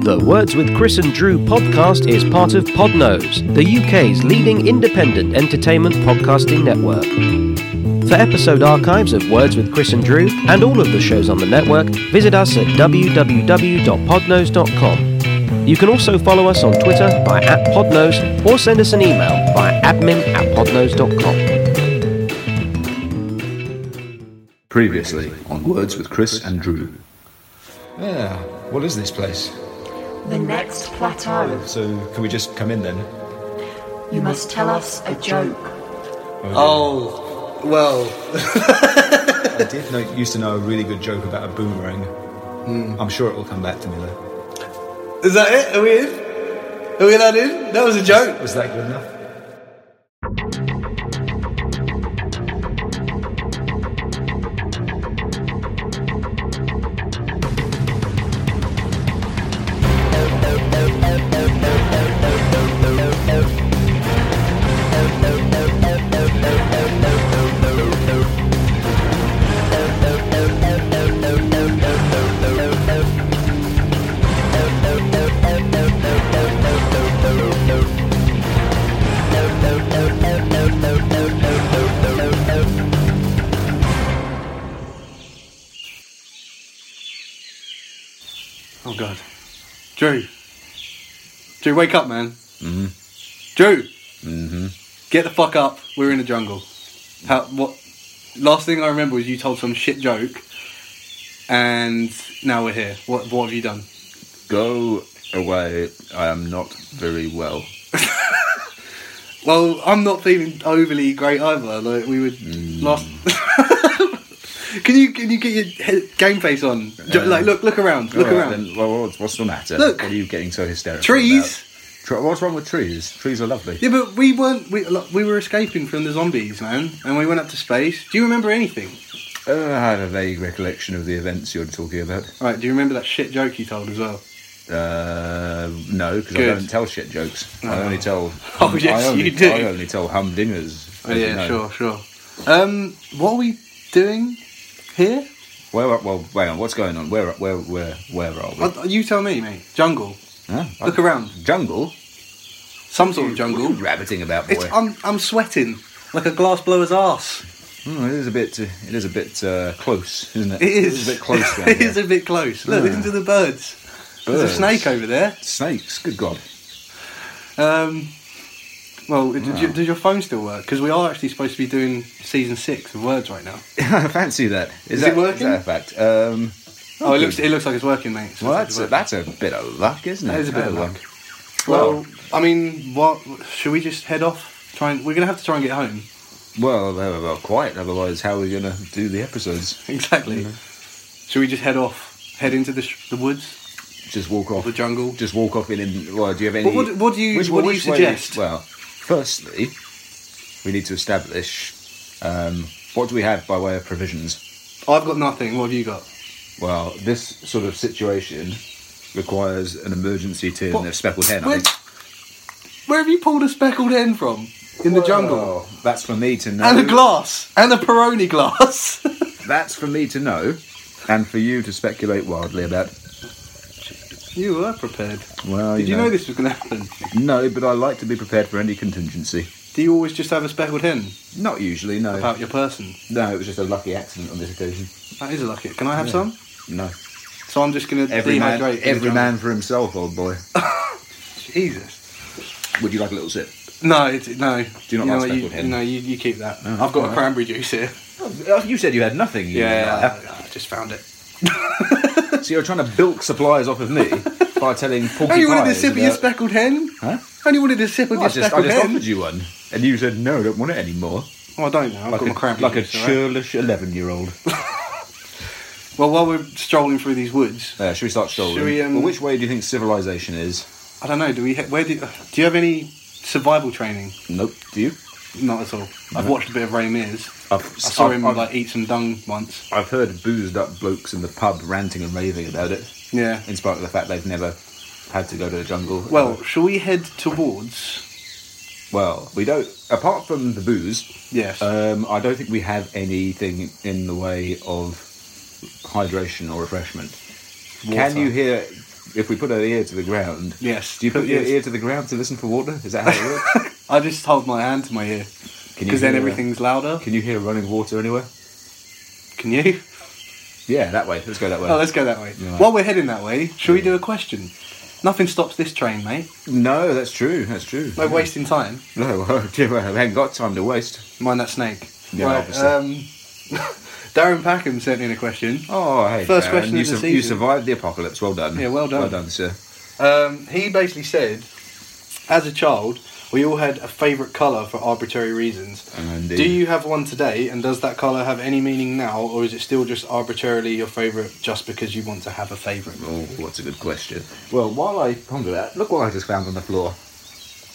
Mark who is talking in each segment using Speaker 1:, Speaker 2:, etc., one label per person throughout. Speaker 1: The Words with Chris and Drew podcast is part of Podnose, the UK's leading independent entertainment podcasting network. For episode archives of Words with Chris and Drew and all of the shows on the network, visit us at www.podnose.com. You can also follow us on Twitter by at Podnose or send us an email by admin at podnose.com.
Speaker 2: Previously on Words with Chris and Drew.
Speaker 3: Yeah, what is this place?
Speaker 4: The next plateau.
Speaker 3: So, can we just come in then?
Speaker 4: You must tell us a joke.
Speaker 5: Oh, well,
Speaker 3: I did know, used to know a really good joke about a boomerang.
Speaker 2: Hmm.
Speaker 3: I'm sure it will come back to me though.
Speaker 5: is that it? Are we in? Are we allowed in? That was a joke.
Speaker 3: Was that good enough?
Speaker 5: Oh God, Drew, Drew, wake up, man. Mm-hmm. Drew, mm-hmm. get the fuck up. We're in the jungle. How? What? Last thing I remember was you told some shit joke, and now we're here. What? What have you done?
Speaker 2: Go away. I am not very well.
Speaker 5: Well, I'm not feeling overly great either. Like we were
Speaker 2: Mm.
Speaker 5: last. can you can you get your he- game face on? Jo-
Speaker 2: Yeah.
Speaker 5: Like look look around, look
Speaker 2: All right,
Speaker 5: around.
Speaker 2: Then, well, what's, what's the matter?
Speaker 5: Look.
Speaker 2: What are you getting so hysterical?
Speaker 5: Trees.
Speaker 2: about? Tre- what's wrong with trees? Trees are lovely.
Speaker 5: Yeah, but we weren't. We, look, we were escaping from the zombies, man, and we went up to space. Do you remember anything?
Speaker 2: Uh, I have a vague recollection of the events you're talking about.
Speaker 5: All right. Do you remember that shit joke you told as well?
Speaker 2: Uh, no, because I
Speaker 5: Good. Ah.
Speaker 2: don't tell shit jokes. I only tell.
Speaker 5: Oh, yes,
Speaker 2: I only,
Speaker 5: you do.
Speaker 2: I only tell humdingers.
Speaker 5: Oh
Speaker 2: as you
Speaker 5: yeah,
Speaker 2: know.
Speaker 5: sure, sure. Um, what are we doing here?
Speaker 2: Where? are- Well, wait on. What's going on? Where? Where? Where? Where are we?
Speaker 5: Uh, you tell me, mate. Jungle,
Speaker 2: Huh?
Speaker 5: look around.
Speaker 2: Jungle.
Speaker 5: some sort
Speaker 2: What
Speaker 5: of
Speaker 2: are
Speaker 5: jungle.
Speaker 2: you rabbiting about, boy?
Speaker 5: It's I'm I'm sweating like a glass blower's arse.
Speaker 2: Mm, it is a bit. uh, It is a bit uh, close, isn't it?
Speaker 5: It is
Speaker 2: a bit close. round
Speaker 5: it
Speaker 2: here.
Speaker 5: is a bit close. Look, listen to the birds. There's
Speaker 2: Birds.
Speaker 5: a snake over there.
Speaker 2: Snakes. Good God.
Speaker 5: Um, well, d- d- does your phone still work? Because we are actually supposed to be doing season six of Words right now.
Speaker 2: I fancy that. Is,
Speaker 5: Is
Speaker 2: that,
Speaker 5: it working?
Speaker 2: Is that a fact? Um,
Speaker 5: Oh, it looks it looks like it's working, mate. It
Speaker 2: well,
Speaker 5: looks
Speaker 2: that's a,
Speaker 5: like
Speaker 2: that's a bit of luck, isn't it?
Speaker 5: That is a bit
Speaker 2: Oh,
Speaker 5: of
Speaker 2: well.
Speaker 5: luck. Well, I mean, what should we just head off? Try and, we're gonna have to try and get home.
Speaker 2: Well, well, well, quite. Otherwise, how are we going to do the episodes?
Speaker 5: Exactly. Should we just head off? Head into the, sh- the woods,
Speaker 2: Just walk off.
Speaker 5: the jungle.
Speaker 2: Just walk off in. in well, do you have any?
Speaker 5: what- what do you-
Speaker 2: Which,
Speaker 5: what do you
Speaker 2: which way-
Speaker 5: suggest?
Speaker 2: well, firstly, we need to establish um, what do we have by way of provisions.
Speaker 5: I've got nothing. What have you got?
Speaker 2: Well, this sort of situation requires an emergency tin
Speaker 5: What?
Speaker 2: of speckled hen. I
Speaker 5: Where,
Speaker 2: think.
Speaker 5: where have you pulled a speckled hen from? In the jungle.
Speaker 2: Well, That's for me to know.
Speaker 5: And a glass. And a Peroni glass.
Speaker 2: That's for me to know, and for you to speculate wildly about.
Speaker 5: you were prepared.
Speaker 2: Well,
Speaker 5: Did you know.
Speaker 2: know
Speaker 5: this was going to happen?
Speaker 2: No, but I like to be prepared for any contingency.
Speaker 5: Do you always just have a speckled hen
Speaker 2: Not usually, no.
Speaker 5: about your person?
Speaker 2: No, it was just a lucky accident on this occasion.
Speaker 5: That is a lucky. Can I have some?
Speaker 2: No,
Speaker 5: So I'm just going to
Speaker 2: every
Speaker 5: dehydrate.
Speaker 2: man,
Speaker 5: in the
Speaker 2: every
Speaker 5: jungle.
Speaker 2: man for himself, old boy.
Speaker 5: Jesus.
Speaker 2: Would you like a little sip?
Speaker 5: No, it's, no.
Speaker 2: Do you not like
Speaker 5: what,
Speaker 2: speckled hen?
Speaker 5: No, you, you keep that.
Speaker 2: Oh,
Speaker 5: I've got a
Speaker 2: alright.
Speaker 5: cranberry juice here.
Speaker 2: Oh, You said you had nothing. you
Speaker 5: Yeah, I, I just found it.
Speaker 2: know. So you're trying to bilk supplies off of me by telling porcupines.
Speaker 5: Only wanted a sip of your
Speaker 2: about-
Speaker 5: speckled hen.
Speaker 2: Huh?
Speaker 5: Only wanted a sip of
Speaker 2: I
Speaker 5: your
Speaker 2: just, I
Speaker 5: speckled
Speaker 2: just
Speaker 5: hen.
Speaker 2: offered you one, and you said no, I don't want it anymore.
Speaker 5: Oh, I don't know. I've
Speaker 2: Like
Speaker 5: got my
Speaker 2: a,
Speaker 5: cranberry
Speaker 2: like a
Speaker 5: juice. alright?
Speaker 2: churlish eleven-year-old.
Speaker 5: Well, while we're strolling through these woods,
Speaker 2: Uh, should we start strolling?
Speaker 5: Shall we, um,
Speaker 2: well, which way do you think civilization is?
Speaker 5: I don't know. Do we? Ha- where do? Do you have any survival training?
Speaker 2: Nope. Do you?
Speaker 5: Not at all. I've watched a bit of Ray Mears.
Speaker 2: I've,
Speaker 5: I saw him
Speaker 2: I've,
Speaker 5: like eat some dung once.
Speaker 2: I've heard boozed-up blokes in the pub ranting and raving about it,
Speaker 5: Yeah.
Speaker 2: in spite of the fact they've never had to go to the jungle.
Speaker 5: Well,
Speaker 2: Uh,
Speaker 5: shall we head towards?
Speaker 2: well, we don't. Apart from the booze,
Speaker 5: Yes.
Speaker 2: um, I don't think we have anything in the way of hydration or refreshment.
Speaker 5: Water.
Speaker 2: Can you hear? if we put our ear to the ground.
Speaker 5: Yes.
Speaker 2: Do you put your
Speaker 5: yes.
Speaker 2: ear to the ground to listen for water? Is that how it works?
Speaker 5: I just hold my hand to my
Speaker 2: Can
Speaker 5: ear
Speaker 2: you
Speaker 5: because then
Speaker 2: hear-
Speaker 5: everything's louder.
Speaker 2: Can you hear running water anywhere?
Speaker 5: Can you?
Speaker 2: Yeah, that way. Let's go that way.
Speaker 5: Oh, let's go that way.
Speaker 2: Yeah.
Speaker 5: While we're heading that way, shall we do a question? Nothing stops this train, mate.
Speaker 2: No, that's true. That's true.
Speaker 5: No wasting time.
Speaker 2: No, well, yeah, well, we haven't got time to waste.
Speaker 5: Mind that snake.
Speaker 2: Yeah, obviously.
Speaker 5: Um, Darren Packham sent in a question.
Speaker 2: Oh, hey.
Speaker 5: First
Speaker 2: Darren,
Speaker 5: question
Speaker 2: you
Speaker 5: of the
Speaker 2: You
Speaker 5: season.
Speaker 2: survived the apocalypse. Well done.
Speaker 5: Yeah, well done.
Speaker 2: Well done, sir.
Speaker 5: Um, he basically said, as a child, we all had a favourite colour for arbitrary reasons.
Speaker 2: Indeed.
Speaker 5: Do you have one today, and does that colour have any meaning now, or is it still just arbitrarily your favourite just because you want to have a favourite?
Speaker 2: Oh, what's a good question. Well, while I ponder that, look what I just found on the floor.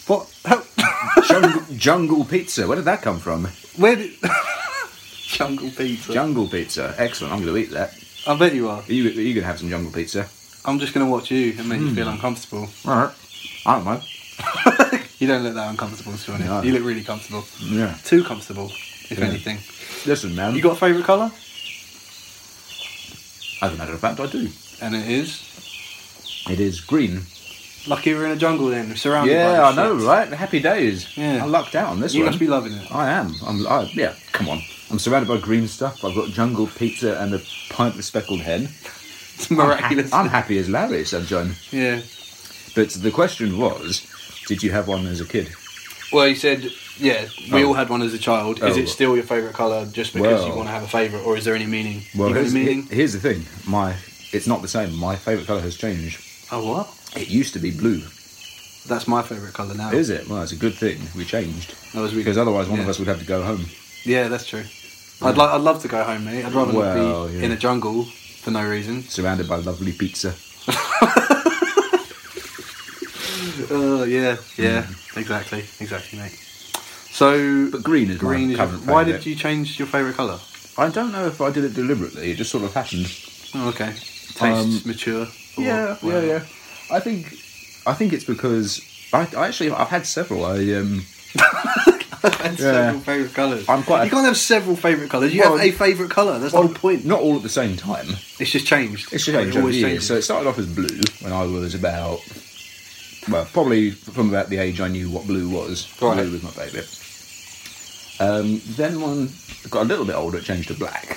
Speaker 5: What? How?
Speaker 2: jungle, jungle pizza. Where did that come from?
Speaker 5: Where did. Jungle Pizza.
Speaker 2: Jungle pizza. Excellent. I'm going to eat that.
Speaker 5: I bet you are.
Speaker 2: Are you, are you going to have some jungle pizza?
Speaker 5: I'm just going to watch you and make you
Speaker 2: Hmm.
Speaker 5: feel uncomfortable.
Speaker 2: All right. I don't mind.
Speaker 5: You don't look that uncomfortable, to be honest.
Speaker 2: No.
Speaker 5: You look really comfortable.
Speaker 2: Yeah.
Speaker 5: Too comfortable, if
Speaker 2: Yeah.
Speaker 5: anything.
Speaker 2: Listen, man.
Speaker 5: You got a favourite colour?
Speaker 2: As a matter of fact, I do.
Speaker 5: And it is.
Speaker 2: It is green.
Speaker 5: Lucky we're in a jungle then, we're surrounded by
Speaker 2: yeah, I
Speaker 5: this
Speaker 2: know,
Speaker 5: shit.
Speaker 2: right? Happy days.
Speaker 5: Yeah.
Speaker 2: I lucked out on this
Speaker 5: You
Speaker 2: one.
Speaker 5: must be loving it.
Speaker 2: I am. I'm. I, yeah. Come on. I'm surrounded by green stuff. I've got jungle pizza and a pint of speckled hen.
Speaker 5: It's miraculous.
Speaker 2: I'm happy as Larry, said John.
Speaker 5: yeah.
Speaker 2: But the question was, did you have one as a kid?
Speaker 5: Well, you said, yeah, we
Speaker 2: Oh.
Speaker 5: all had one as a child. Is
Speaker 2: Oh.
Speaker 5: it still your favourite colour just because you
Speaker 2: Well.
Speaker 5: want to have a favourite, or is there any meaning? you got
Speaker 2: here's,
Speaker 5: any meaning?
Speaker 2: he- here's the thing. My, it's not the same. My favourite colour has changed.
Speaker 5: oh, what?
Speaker 2: It used to be blue.
Speaker 5: That's my favourite colour now.
Speaker 2: Is it? Well, it's a good thing we changed
Speaker 5: That was really-
Speaker 2: because otherwise one of
Speaker 5: yeah.
Speaker 2: us would have to go home.
Speaker 5: Yeah, that's true. I'd, li- I'd love to go home, mate. I'd rather
Speaker 2: Well,
Speaker 5: not be
Speaker 2: yeah.
Speaker 5: in a jungle for no reason.
Speaker 2: Surrounded by lovely pizza.
Speaker 5: Oh, yeah, yeah, exactly, exactly, mate. So,
Speaker 2: Mm. But green is
Speaker 5: green
Speaker 2: my
Speaker 5: is your,
Speaker 2: current
Speaker 5: why
Speaker 2: favourite.
Speaker 5: did you change your favourite colour?
Speaker 2: I don't know if I did it deliberately. It just sort of happened.
Speaker 5: Oh, okay. Tastes
Speaker 2: Um,
Speaker 5: mature. or
Speaker 2: Yeah, yeah,
Speaker 5: whatever.
Speaker 2: yeah. I think, I think it's because I, I actually I've had several. I um,
Speaker 5: And
Speaker 2: Yeah.
Speaker 5: several favourite colours.
Speaker 2: I'm quite a-
Speaker 5: You can't have several favourite colours. You
Speaker 2: Well,
Speaker 5: have a favourite colour. That's the whole point.
Speaker 2: Not all at the same time.
Speaker 5: It's just changed.
Speaker 2: It's
Speaker 5: It
Speaker 2: changed over
Speaker 5: always
Speaker 2: the years.
Speaker 5: changes.
Speaker 2: So it started off as blue when I was about, well, probably from about the age I knew what blue was.
Speaker 5: Right.
Speaker 2: Blue was my favourite. Um, then when I got a little bit older, it changed to black.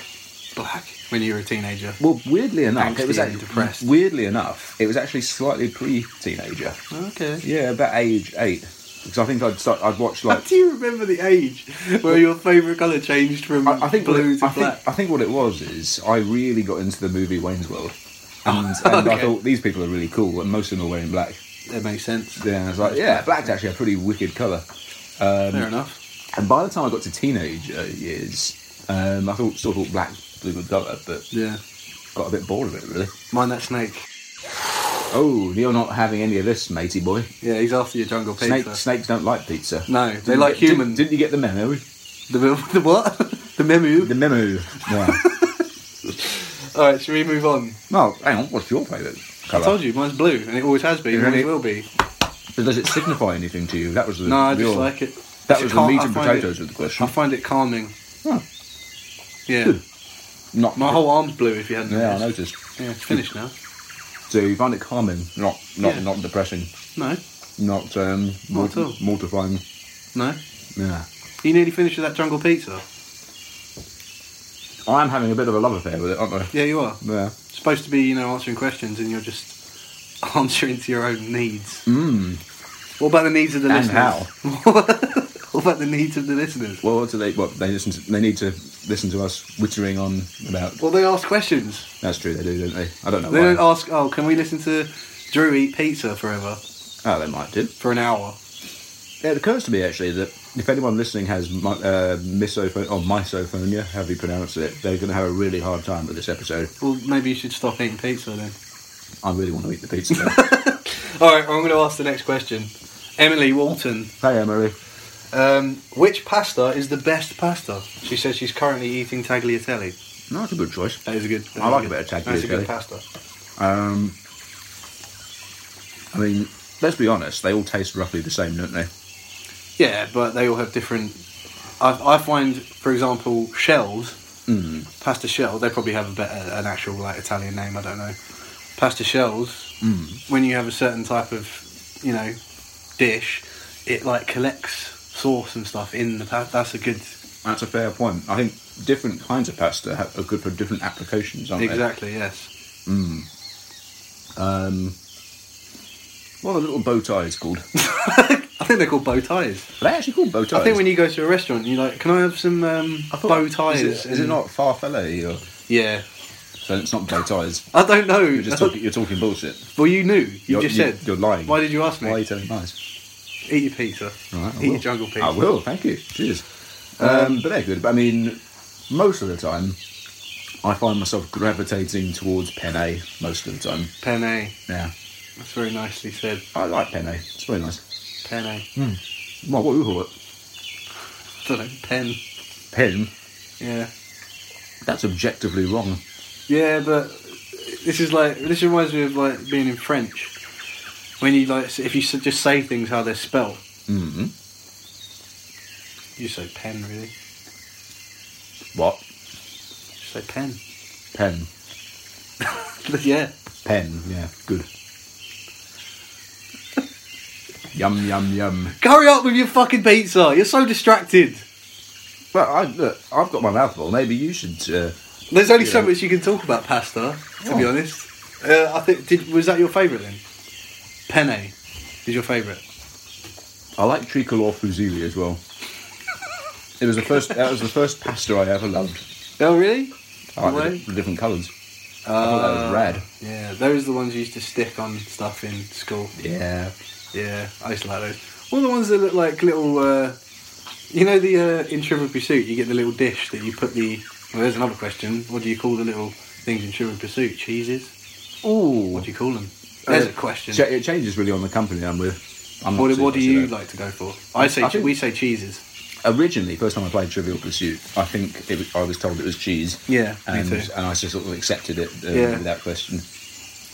Speaker 5: black when you were a teenager.
Speaker 2: Well, weirdly enough,
Speaker 5: Angsty
Speaker 2: it was
Speaker 5: and
Speaker 2: act-
Speaker 5: depressed.
Speaker 2: Weirdly enough, it was actually slightly pre-teenager.
Speaker 5: Okay.
Speaker 2: Yeah, about age eight, because I think I'd start. I'd watched
Speaker 5: How
Speaker 2: like
Speaker 5: do you remember the age where your favourite colour changed from
Speaker 2: I, I think what
Speaker 5: blue
Speaker 2: it,
Speaker 5: to
Speaker 2: I
Speaker 5: black?
Speaker 2: Think, I think what it was is I really got into the movie Wayne's World, and, and I
Speaker 5: okay.
Speaker 2: thought these people are really cool, and most of them are wearing black.
Speaker 5: That makes sense.
Speaker 2: Yeah, and I was like, yeah, black's actually a pretty wicked colour. Um,
Speaker 5: Fair enough.
Speaker 2: And by the time I got to teenage uh, years, um, I thought still thought black was a good colour, but
Speaker 5: Yeah.
Speaker 2: got a bit bored of it really.
Speaker 5: Mind that snake.
Speaker 2: Oh, you're not having any of this, matey boy.
Speaker 5: Yeah, he's after your jungle pizza.
Speaker 2: Snake, snakes don't like pizza.
Speaker 5: No, they
Speaker 2: you
Speaker 5: like
Speaker 2: get- didn't-
Speaker 5: human.
Speaker 2: Didn't, you get the memo?
Speaker 5: The, the what? the memu.
Speaker 2: The memo. Wow.
Speaker 5: All right, should we move on?
Speaker 2: no, hang on. What's your favourite
Speaker 5: I
Speaker 2: colour?
Speaker 5: told you, mine's blue, and it always has been, and
Speaker 2: Really?
Speaker 5: always will be.
Speaker 2: But does it signify anything to you? That was the
Speaker 5: No, I
Speaker 2: your,
Speaker 5: just like it.
Speaker 2: That
Speaker 5: It's
Speaker 2: was
Speaker 5: a
Speaker 2: the
Speaker 5: cal-
Speaker 2: meat
Speaker 5: I
Speaker 2: and
Speaker 5: find it-
Speaker 2: potatoes of the
Speaker 5: I
Speaker 2: question.
Speaker 5: find it calming.
Speaker 2: Oh.
Speaker 5: Yeah.
Speaker 2: Good. Not
Speaker 5: My whole arm's blue if you hadn't
Speaker 2: Yeah, I
Speaker 5: noticed.
Speaker 2: noticed.
Speaker 5: Yeah, it's finished now.
Speaker 2: So you find it calming, not not
Speaker 5: Yeah.
Speaker 2: not depressing,
Speaker 5: No,
Speaker 2: not um
Speaker 5: Not at all.
Speaker 2: mortifying.
Speaker 5: no.
Speaker 2: Yeah.
Speaker 5: You nearly finished with that jungle pizza.
Speaker 2: I am having a bit of a love affair with it, aren't I?
Speaker 5: Yeah, you are.
Speaker 2: Yeah.
Speaker 5: supposed to be, you know, answering questions, and you're just answering to your own needs.
Speaker 2: Mm.
Speaker 5: What about the needs of the
Speaker 2: And
Speaker 5: listeners?
Speaker 2: how?
Speaker 5: what about the needs of the listeners?
Speaker 2: Well, what do they? What they listen? To, they need to listen to us wittering on about.
Speaker 5: Well, they ask questions.
Speaker 2: That's true. They do, don't they? I don't know.
Speaker 5: They
Speaker 2: why.
Speaker 5: don't ask, "Oh, can we listen to Drew eat pizza forever
Speaker 2: oh, they might do.
Speaker 5: for an hour?"
Speaker 2: It occurs to me actually that if anyone listening has mi- uh, misophonia or misophonia, however you pronounce it, they're going to have a really hard time with this episode.
Speaker 5: Well, maybe you should stop eating pizza then.
Speaker 2: I really want to eat the pizza. now.
Speaker 5: All right, well, I'm going to ask the next question. Emily Walton,
Speaker 2: hey, Emily.
Speaker 5: um, which pasta is the best pasta? She says she's currently eating tagliatelle.
Speaker 2: No, that's a good choice.
Speaker 5: That is a good.
Speaker 2: I like
Speaker 5: a
Speaker 2: a
Speaker 5: good-
Speaker 2: bit of
Speaker 5: That's a
Speaker 2: tagliatelle.
Speaker 5: good pasta.
Speaker 2: Um, I mean, let's be honest. They all taste roughly the same, don't they?
Speaker 5: Yeah, but they all have different. I, I find, for example, shells,
Speaker 2: Hmm.
Speaker 5: pasta shell. They probably have a better, an actual like Italian name. I don't know. Pasta shells
Speaker 2: Hmm.
Speaker 5: when you have a certain type of, you know, dish, it like collects sauce and stuff in the pasta. That's a good.
Speaker 2: That's a fair point. I think different kinds of pasta ha- are good for different applications, aren't
Speaker 5: Exactly, yes.
Speaker 2: they? Um, What are the little bow ties called? Are
Speaker 5: I think they're called bow ties.
Speaker 2: they actually called bow ties?
Speaker 5: I think when you go to a restaurant, you're like, can I have some um,
Speaker 2: I thought-
Speaker 5: bow um, ties?
Speaker 2: Is it, is it
Speaker 5: and-
Speaker 2: not farfalle? Or,
Speaker 5: Yeah.
Speaker 2: so it's not bow ties.
Speaker 5: I don't know.
Speaker 2: You're just talking, you're talking bullshit.
Speaker 5: well, you knew. You
Speaker 2: You're,
Speaker 5: just
Speaker 2: you-
Speaker 5: said.
Speaker 2: You're lying.
Speaker 5: Why did you ask me?
Speaker 2: Why are you telling lies?
Speaker 5: Eat your pizza.
Speaker 2: Right, I
Speaker 5: Eat
Speaker 2: will.
Speaker 5: your jungle pizza.
Speaker 2: I will, thank you. Cheers. Um, but they're good. But I mean, most of the time, I find myself gravitating towards penne most of the time.
Speaker 5: Penne.
Speaker 2: Yeah.
Speaker 5: That's very nicely said.
Speaker 2: I like penne. It's very nice.
Speaker 5: Penne.
Speaker 2: Hmm. Well, what do you call it?
Speaker 5: I don't know. Pen.
Speaker 2: Pen.
Speaker 5: Yeah.
Speaker 2: That's objectively wrong.
Speaker 5: Yeah, but this is like this reminds me of like being in French when you like if you s- just say things how they're spelled.
Speaker 2: Mm-hmm.
Speaker 5: You say pen, really?
Speaker 2: What?
Speaker 5: Just say pen.
Speaker 2: Pen.
Speaker 5: yeah.
Speaker 2: Pen. Yeah. Good. yum yum yum.
Speaker 5: Hurry up with your fucking pizza. You're so distracted.
Speaker 2: Well, I, look, I've got my mouth full. Maybe you should. Uh,
Speaker 5: There's only so
Speaker 2: Yeah.
Speaker 5: much you can talk about pasta. To be
Speaker 2: Oh.
Speaker 5: honest, uh, I think did was that your favourite then? Penne is your favourite.
Speaker 2: I like tricolore fusilli as well. It was the first. That was the first pasta I ever loved.
Speaker 5: Oh really?
Speaker 2: I like the
Speaker 5: Really?
Speaker 2: di- the, different colours. I thought that was rad.
Speaker 5: Uh, Yeah, those are the ones you used to stick on stuff in school.
Speaker 2: Yeah.
Speaker 5: Yeah, I used to like those. What are the ones that look like little? Uh, you know the uh, in Trivial Pursuit, you get the little dish that you put the. Well, there's another question. What do you call the little things in Trivial Pursuit? Cheeses.
Speaker 2: Ooh.
Speaker 5: What do you call them? There's
Speaker 2: Uh,
Speaker 5: a question.
Speaker 2: Ch- it changes really on the company I'm with. I'm not
Speaker 5: what,
Speaker 2: super
Speaker 5: what do
Speaker 2: sure.
Speaker 5: you like to go for? I say
Speaker 2: I
Speaker 5: che-
Speaker 2: think-
Speaker 5: we say cheeses.
Speaker 2: Originally, first time I played Trivial Pursuit, I think it was, I was told it was cheese.
Speaker 5: Yeah, me
Speaker 2: and,
Speaker 5: too.
Speaker 2: And I just sort of accepted it uh,
Speaker 5: Yeah.
Speaker 2: without question.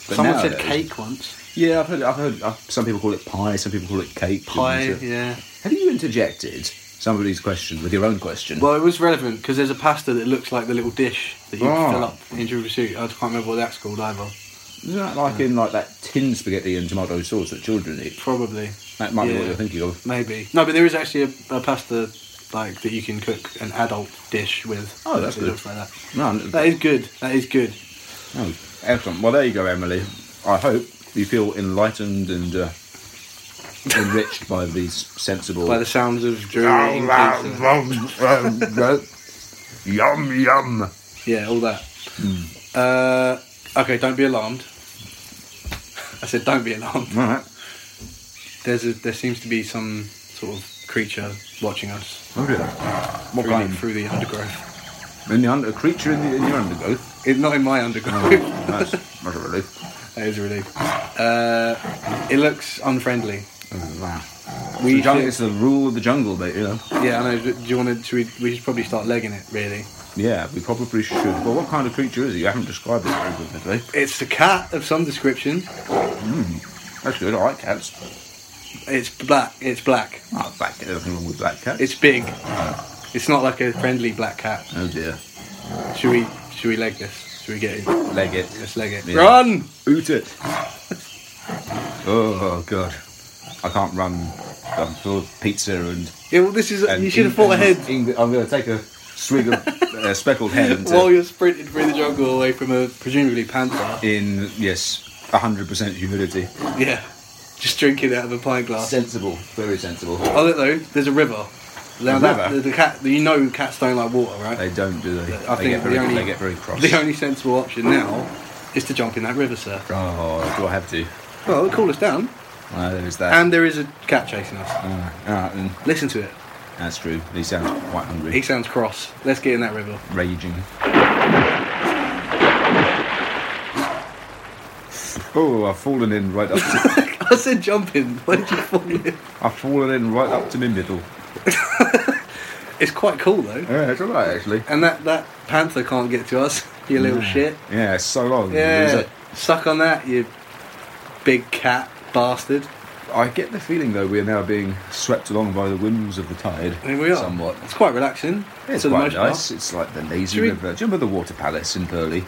Speaker 2: But
Speaker 5: Someone
Speaker 2: nowadays-
Speaker 5: said cake once.
Speaker 2: Yeah, I've heard. I've heard. uh some people call it pie. Some people call it cake.
Speaker 5: Pie.
Speaker 2: didn't you?
Speaker 5: Yeah.
Speaker 2: Have you interjected somebody's question with your own question?
Speaker 5: Well, it was relevant because there's a pasta that looks like the little dish that you
Speaker 2: Ah.
Speaker 5: fill up in Trivial Pursuit. I can't remember what that's called either.
Speaker 2: Isn't that like
Speaker 5: uh,
Speaker 2: in like that tin spaghetti and tomato sauce that children eat?
Speaker 5: Probably.
Speaker 2: That might be
Speaker 5: Yeah.
Speaker 2: what you're thinking of.
Speaker 5: Maybe. No, but there is actually a, a pasta like that you can cook an adult dish with.
Speaker 2: Oh, that's
Speaker 5: It
Speaker 2: good.
Speaker 5: looks like that.
Speaker 2: No,
Speaker 5: That is good. That is good.
Speaker 2: Oh, excellent. Well, there you go, Emily. I hope you feel enlightened and uh, enriched by these sensible.
Speaker 5: By the sounds of Drew eating pizza.
Speaker 2: yum yum.
Speaker 5: Yeah, all that. Hmm. Uh, okay, don't be alarmed. I said, don't be alarmed.
Speaker 2: All right.
Speaker 5: There's a, there seems to be some sort of creature watching us
Speaker 2: Okay. What
Speaker 5: through, the,
Speaker 2: kind?
Speaker 5: through the undergrowth.
Speaker 2: Oh, In the under, a creature in, the, in your undergrowth.
Speaker 5: It, not in my undergrowth.
Speaker 2: Oh, that's, that's a relief.
Speaker 5: that is a relief. Uh, it looks unfriendly.
Speaker 2: Oh, wow.
Speaker 5: We
Speaker 2: The jungle,
Speaker 5: should-
Speaker 2: it's the rule of the jungle, but you know.
Speaker 5: Yeah, I know. but Do you want to? We, we should probably start legging it, really.
Speaker 2: Yeah, we probably should. Well, what kind of creature is it? You haven't described it very good today.
Speaker 5: It's a cat of some description.
Speaker 2: That's good. I like cats.
Speaker 5: It's black. It's black.
Speaker 2: Oh, black cat. Nothing wrong with black cats.
Speaker 5: It's big. It's not like a friendly black cat.
Speaker 2: oh dear.
Speaker 5: Should we? Should we leg this? Should we get it?
Speaker 2: Leg it.
Speaker 5: Let's leg it.
Speaker 2: Yeah.
Speaker 5: Run!
Speaker 2: Oot it. oh god, I can't run. I'm full of pizza and.
Speaker 5: Yeah, well, this is.
Speaker 2: and
Speaker 5: you should have
Speaker 2: Eng-
Speaker 5: thought ahead
Speaker 2: Eng- Eng- I'm going to take a swig of uh, speckled hen and, uh,
Speaker 5: while you're sprinting through the jungle away from a presumably panther.
Speaker 2: in yes, 100% humidity.
Speaker 5: Yeah, just drinking out of a pint glass.
Speaker 2: Sensible, very sensible.
Speaker 5: Oh look though, there's a river. Now that
Speaker 2: river?
Speaker 5: the, the cat, you know, cats don't like water, right?
Speaker 2: They don't do they? they,
Speaker 5: I think
Speaker 2: get very,
Speaker 5: the only-
Speaker 2: they Oh. get very cross.
Speaker 5: The only sensible option now is to jump in that river, sir.
Speaker 2: oh, do I have to?
Speaker 5: Well, it'll cool us down.
Speaker 2: Ah, there's that.
Speaker 5: And there is a cat chasing us.
Speaker 2: Ah, alright then.
Speaker 5: Listen to it.
Speaker 2: That's true. He sounds quite hungry.
Speaker 5: He sounds cross. Let's get in that river.
Speaker 2: raging. Oh, I've fallen in right up. To,
Speaker 5: I said jump in. Why did you fall in?
Speaker 2: I've fallen in right up to my middle.
Speaker 5: It's quite cool though.
Speaker 2: Yeah, it's all right actually.
Speaker 5: And that, that panther can't get to us, you little shit.
Speaker 2: Yeah, it's so long.
Speaker 5: Yeah.
Speaker 2: Mm. loser.
Speaker 5: Suck on that, you big cat bastard.
Speaker 2: I get the feeling though we are now being swept along by the whims of the tide.
Speaker 5: Here we are.
Speaker 2: Somewhat.
Speaker 5: It's quite relaxing.
Speaker 2: It's
Speaker 5: for the
Speaker 2: quite
Speaker 5: most part.
Speaker 2: nice. It's like the lazy
Speaker 5: Should we-
Speaker 2: river. Do you remember the water palace in Burley?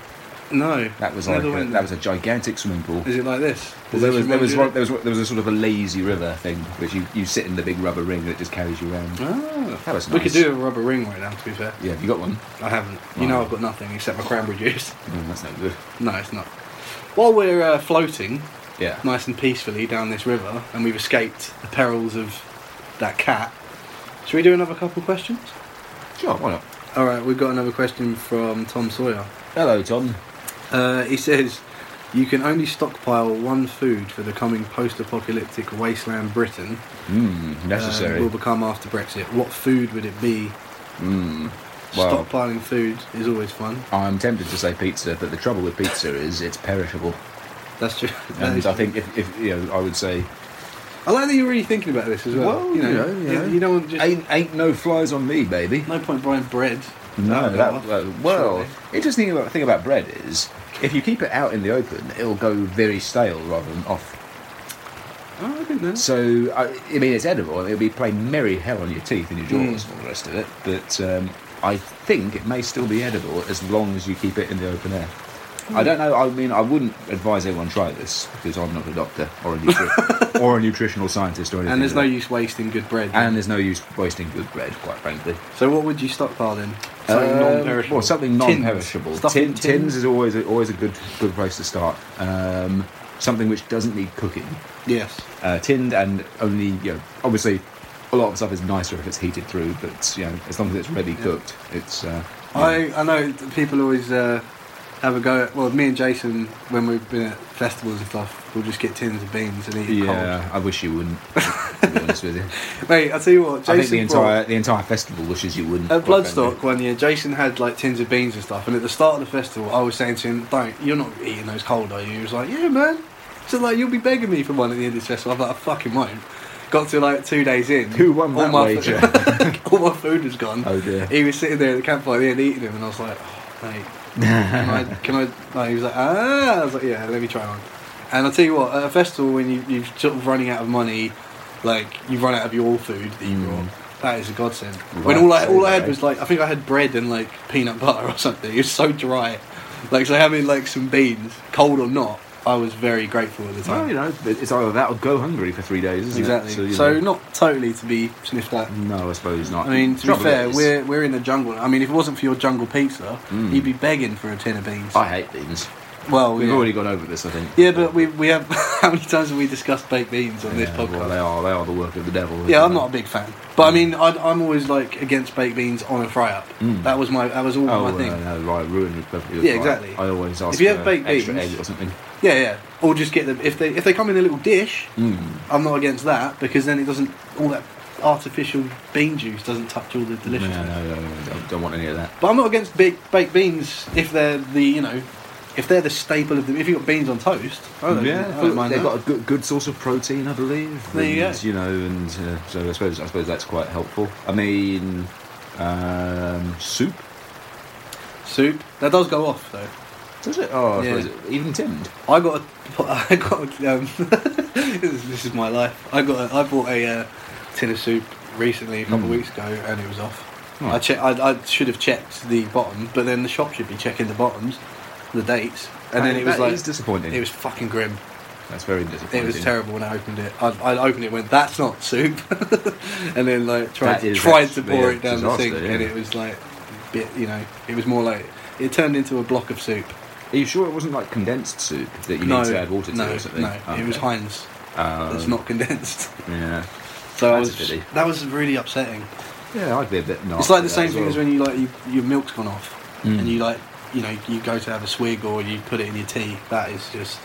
Speaker 5: No.
Speaker 2: That was like
Speaker 5: never
Speaker 2: a,
Speaker 5: went
Speaker 2: that was a gigantic swimming pool.
Speaker 5: Is it like this?
Speaker 2: Well, there
Speaker 5: Does
Speaker 2: was
Speaker 5: this
Speaker 2: there was, one,
Speaker 5: remind
Speaker 2: there was there was a sort of a lazy river thing, which you, you sit in the big rubber ring and it just carries you around.
Speaker 5: you- Ah.
Speaker 2: That was
Speaker 5: We could
Speaker 2: nice.
Speaker 5: do a rubber ring right now. To be fair,
Speaker 2: Yeah, have you got one?
Speaker 5: I haven't. You know, I've got nothing except my cranberry juice.
Speaker 2: Mm, that's no good.
Speaker 5: no, it's not. While we're uh, floating,
Speaker 2: Yeah.
Speaker 5: nice and peacefully down this river, and we've escaped the perils of that cat. Should we do another couple questions?
Speaker 2: Sure, why not?
Speaker 5: All right, we've got another question from Tom Sawyer.
Speaker 2: Hello, Tom.
Speaker 5: Uh, he says, "You can only stockpile one food for the coming post-apocalyptic wasteland Britain.
Speaker 2: Mm,
Speaker 5: uh,
Speaker 2: necessary.
Speaker 5: will become after Brexit. What food would it be?
Speaker 2: Hmm, well,
Speaker 5: Stockpiling food is always fun.
Speaker 2: I'm tempted to say pizza, but the trouble with pizza is it's perishable.
Speaker 5: That's true. That
Speaker 2: And
Speaker 5: is
Speaker 2: I
Speaker 5: true.
Speaker 2: think if, if you know, I would say
Speaker 5: I like that you're really thinking about this as well.
Speaker 2: Well, you know, you know.
Speaker 5: you don't want just
Speaker 2: ain't ain't no flies on me, baby.
Speaker 5: no point buying bread.
Speaker 2: No,
Speaker 5: That'd
Speaker 2: that,
Speaker 5: go off,
Speaker 2: uh, well,
Speaker 5: surely.
Speaker 2: interesting about, thing about bread is if you keep it out in the open, it'll go very stale rather than off.
Speaker 5: Oh, I didn't know.
Speaker 2: So I, I mean, it's edible. and It'll be plain merry hell on your teeth and your
Speaker 5: Mm.
Speaker 2: jaws and all the rest of it. But um, I think it may still be edible as long as you keep it in the open air.
Speaker 5: Mm.
Speaker 2: I don't know. I mean, I wouldn't advise anyone try this because I'm not a doctor or a, nutri- or a nutritional scientist or anything.
Speaker 5: And there's no
Speaker 2: like that.
Speaker 5: use wasting good bread.
Speaker 2: and there's no use wasting good bread, quite frankly.
Speaker 5: so what would you stockpile then? Something
Speaker 2: Um,
Speaker 5: non-perishable.
Speaker 2: Well, something
Speaker 5: Tins.
Speaker 2: non-perishable.
Speaker 5: Stuff
Speaker 2: Tin,
Speaker 5: in
Speaker 2: tins. is always a, always a good good place to start. Um, something which doesn't need cooking.
Speaker 5: Yes.
Speaker 2: Uh, tinned and only you know, obviously a lot of stuff is nicer if it's heated through, but you know as long as it's ready cooked, it's. Uh,
Speaker 5: I, I know that people always uh, have a go at, well, me and Jason, when we've been at festivals and stuff, we'll just get tins of beans and eat it
Speaker 2: yeah, I wish you wouldn't. to be honest with you,
Speaker 5: cold. Mate, I'll tell you what, Jason
Speaker 2: I think the
Speaker 5: brought-
Speaker 2: entire the entire festival wishes you wouldn't.
Speaker 5: At
Speaker 2: quite frankly.
Speaker 5: Bloodstock one year, Jason had like tins of beans and stuff, and at the start of the festival, I was saying to him, "Don't, you're not eating those cold, are you?" He was like, "Yeah, man." So like, you'll be begging me for one at the end of this festival. I'm like, "I fucking won't." Got to like two days in,
Speaker 2: Who won that
Speaker 5: my
Speaker 2: wager?
Speaker 5: all my food was gone.
Speaker 2: Oh, dear.
Speaker 5: He was sitting there at the campfire at the end eating them, and I was like, oh, "Mate, can I?" Can I? Like, he was like, "Ah," I was like, "Yeah, let me try one." And I'll tell you what, at a festival when you, you're sort of running out of money, like you've run out of your food that you brought, that is a godsend. When all I
Speaker 2: Mm. Right,
Speaker 5: all I had
Speaker 2: right.
Speaker 5: was like I think I had bread and like peanut butter or something. It was so dry. Like so having like some beans, cold or not, I was very grateful at the
Speaker 2: Well,
Speaker 5: time.
Speaker 2: you know, it's either that or go hungry for three days, isn't
Speaker 5: exactly.
Speaker 2: it?
Speaker 5: So,
Speaker 2: you know.
Speaker 5: not totally to be sniffed at.
Speaker 2: No, I suppose not.
Speaker 5: I mean, to be
Speaker 2: Trouble
Speaker 5: fair,
Speaker 2: is-
Speaker 5: we're we're in the jungle. I mean, if it wasn't for your jungle pizza, you'd be begging for a tin of beans.
Speaker 2: I hate beans.
Speaker 5: well,
Speaker 2: We've
Speaker 5: yeah.
Speaker 2: already gone over this, I think.
Speaker 5: yeah, but we we have how many times have we discussed baked beans on this
Speaker 2: Yeah,
Speaker 5: podcast?
Speaker 2: well, they are they are the work of the devil.
Speaker 5: Yeah, I'm not a big fan, but I mean, I'd, I'm always like against baked beans on a fry up. That was my, that was all
Speaker 2: Oh,
Speaker 5: my
Speaker 2: uh,
Speaker 5: thing.
Speaker 2: no, I ruined it perfectly.
Speaker 5: Yeah,
Speaker 2: I-
Speaker 5: exactly.
Speaker 2: I always ask
Speaker 5: If you have
Speaker 2: for
Speaker 5: baked
Speaker 2: extra
Speaker 5: beans-
Speaker 2: egg or something.
Speaker 5: Yeah, yeah. Or just get them if they if they come in a little dish. I'm not against that because then it doesn't all that artificial bean juice doesn't touch all the
Speaker 2: No,
Speaker 5: deliciousness.
Speaker 2: no, no, no, no, don't, don't want any of that.
Speaker 5: But I'm not against big baked beans if they're the you know if they're the staple of the if you have got beans on toast. I Oh, don't, I don't mind
Speaker 2: they've
Speaker 5: that.
Speaker 2: got a good, good source of protein, I believe.
Speaker 5: There you
Speaker 2: and,
Speaker 5: go.
Speaker 2: You know, and uh, so I suppose I suppose that's quite helpful. I mean, um, soup.
Speaker 5: soup that does go off though.
Speaker 2: Does it? Oh, I
Speaker 5: Yeah.
Speaker 2: suppose it- even tinned.
Speaker 5: I got a, I got a, um, this, is- this is my life. I got a, I bought a uh, tin of soup recently a couple of weeks ago and it was off.
Speaker 2: Hmm.
Speaker 5: I che- I, I should have checked the bottom, but then the shop should be checking the bottoms, the dates, and then
Speaker 2: That-
Speaker 5: it was
Speaker 2: that
Speaker 5: like
Speaker 2: is disappointing.
Speaker 5: It was fucking grim.
Speaker 2: That's very
Speaker 5: It
Speaker 2: disappointing.
Speaker 5: was terrible when I opened it. I, I opened it, and went that's not soup, and then like tried
Speaker 2: That is
Speaker 5: tried to
Speaker 2: actually
Speaker 5: pour
Speaker 2: a
Speaker 5: it down the
Speaker 2: disaster,
Speaker 5: sink,
Speaker 2: yeah.
Speaker 5: and it was like, bit you know, it was more like it turned into a block of soup.
Speaker 2: Are you sure it wasn't like condensed soup that you need to add water to
Speaker 5: no,
Speaker 2: or something? Um,
Speaker 5: No, it was Heinz. It's not condensed.
Speaker 2: Yeah.
Speaker 5: So I
Speaker 2: That's a
Speaker 5: was,
Speaker 2: pity.
Speaker 5: that was really upsetting.
Speaker 2: Yeah, I'd be a bit.
Speaker 5: it's like the same thing as Mm. when you like you, your milk's gone off, and you like you know you go to have a swig or you put it in your tea. That is just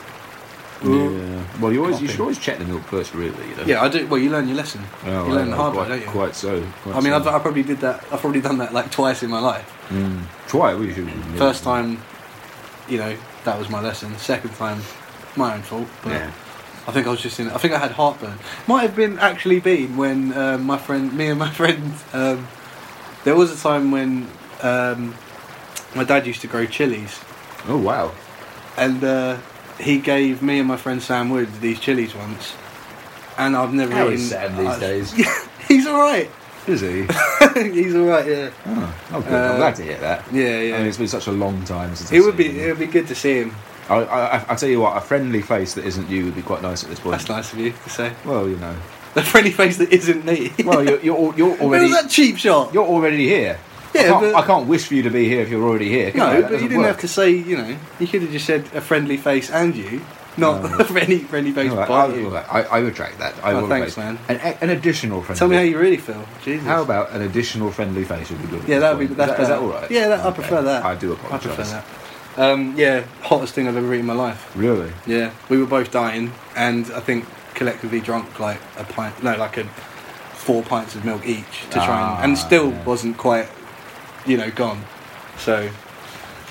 Speaker 2: Yeah. Well, you always you
Speaker 5: Coffee.
Speaker 2: should always check the milk first, really. You know.
Speaker 5: yeah. I do well. You learn your lesson.
Speaker 2: Oh,
Speaker 5: you learn
Speaker 2: well,
Speaker 5: the hard
Speaker 2: quite,
Speaker 5: way, don't you?
Speaker 2: Quite so. quite
Speaker 5: I mean,
Speaker 2: so.
Speaker 5: I've, I probably did that. I've probably done that like twice in my life.
Speaker 2: Mm. Try it. We should.
Speaker 5: First time, you know, that was my lesson. Second time, my own fault. But
Speaker 2: Yeah.
Speaker 5: I think I was just in. I think I had heartburn. Might have been actually been when uh, my friend, me and my friend, um, there was a time when um, my dad used to grow chilies,
Speaker 2: Oh wow.
Speaker 5: and uh, he gave me and my friend Sam Wood these chilies once, and I've never
Speaker 2: How
Speaker 5: eaten.
Speaker 2: is Sam these
Speaker 5: I-
Speaker 2: days?
Speaker 5: He's all right.
Speaker 2: Is he?
Speaker 5: He's all right. Yeah.
Speaker 2: Oh, oh, good.
Speaker 5: Uh,
Speaker 2: I'm glad to hear that.
Speaker 5: Yeah, yeah.
Speaker 2: I mean, it's been such a long time since
Speaker 5: It
Speaker 2: I've
Speaker 5: would
Speaker 2: seen
Speaker 5: be.
Speaker 2: him.
Speaker 5: It would be good to see him.
Speaker 2: I, I, I tell you what, a friendly face that isn't you would be quite nice at this point.
Speaker 5: That's nice of you to say.
Speaker 2: Well, you know.
Speaker 5: The friendly face that isn't me.
Speaker 2: Well, you're you're, al- you're
Speaker 5: Where
Speaker 2: already
Speaker 5: was that cheap shot?
Speaker 2: you're already here. I,
Speaker 5: Yeah,
Speaker 2: can't,
Speaker 5: but-
Speaker 2: I can't wish for you to be here if you're already here. can I?
Speaker 5: No,
Speaker 2: That
Speaker 5: but you
Speaker 2: doesn't
Speaker 5: didn't
Speaker 2: work.
Speaker 5: have to say. You know, you could have just said a friendly face and you, not a friendly friendly face.
Speaker 2: All right,
Speaker 5: by
Speaker 2: I,
Speaker 5: you.
Speaker 2: all right, I, I retract that. I
Speaker 5: Oh,
Speaker 2: will
Speaker 5: thanks,
Speaker 2: retract.
Speaker 5: man.
Speaker 2: An, an additional friendly.
Speaker 5: Tell me how you really feel. Jesus.
Speaker 2: How about an additional friendly face would be good. at
Speaker 5: Yeah,
Speaker 2: this
Speaker 5: that'd be
Speaker 2: point.
Speaker 5: that's
Speaker 2: is that, is that
Speaker 5: better.
Speaker 2: all right?
Speaker 5: Yeah, that, I
Speaker 2: Okay.
Speaker 5: prefer that.
Speaker 2: I do
Speaker 5: I prefer
Speaker 2: apologise.
Speaker 5: that. Um, yeah, hottest thing I've ever eaten in my life.
Speaker 2: Really?
Speaker 5: Yeah, we were both dying, and I think collectively drunk like a pint, no, like a four pints of milk each to try
Speaker 2: Ah,
Speaker 5: and, and still
Speaker 2: yeah.
Speaker 5: wasn't quite, you know, gone. So,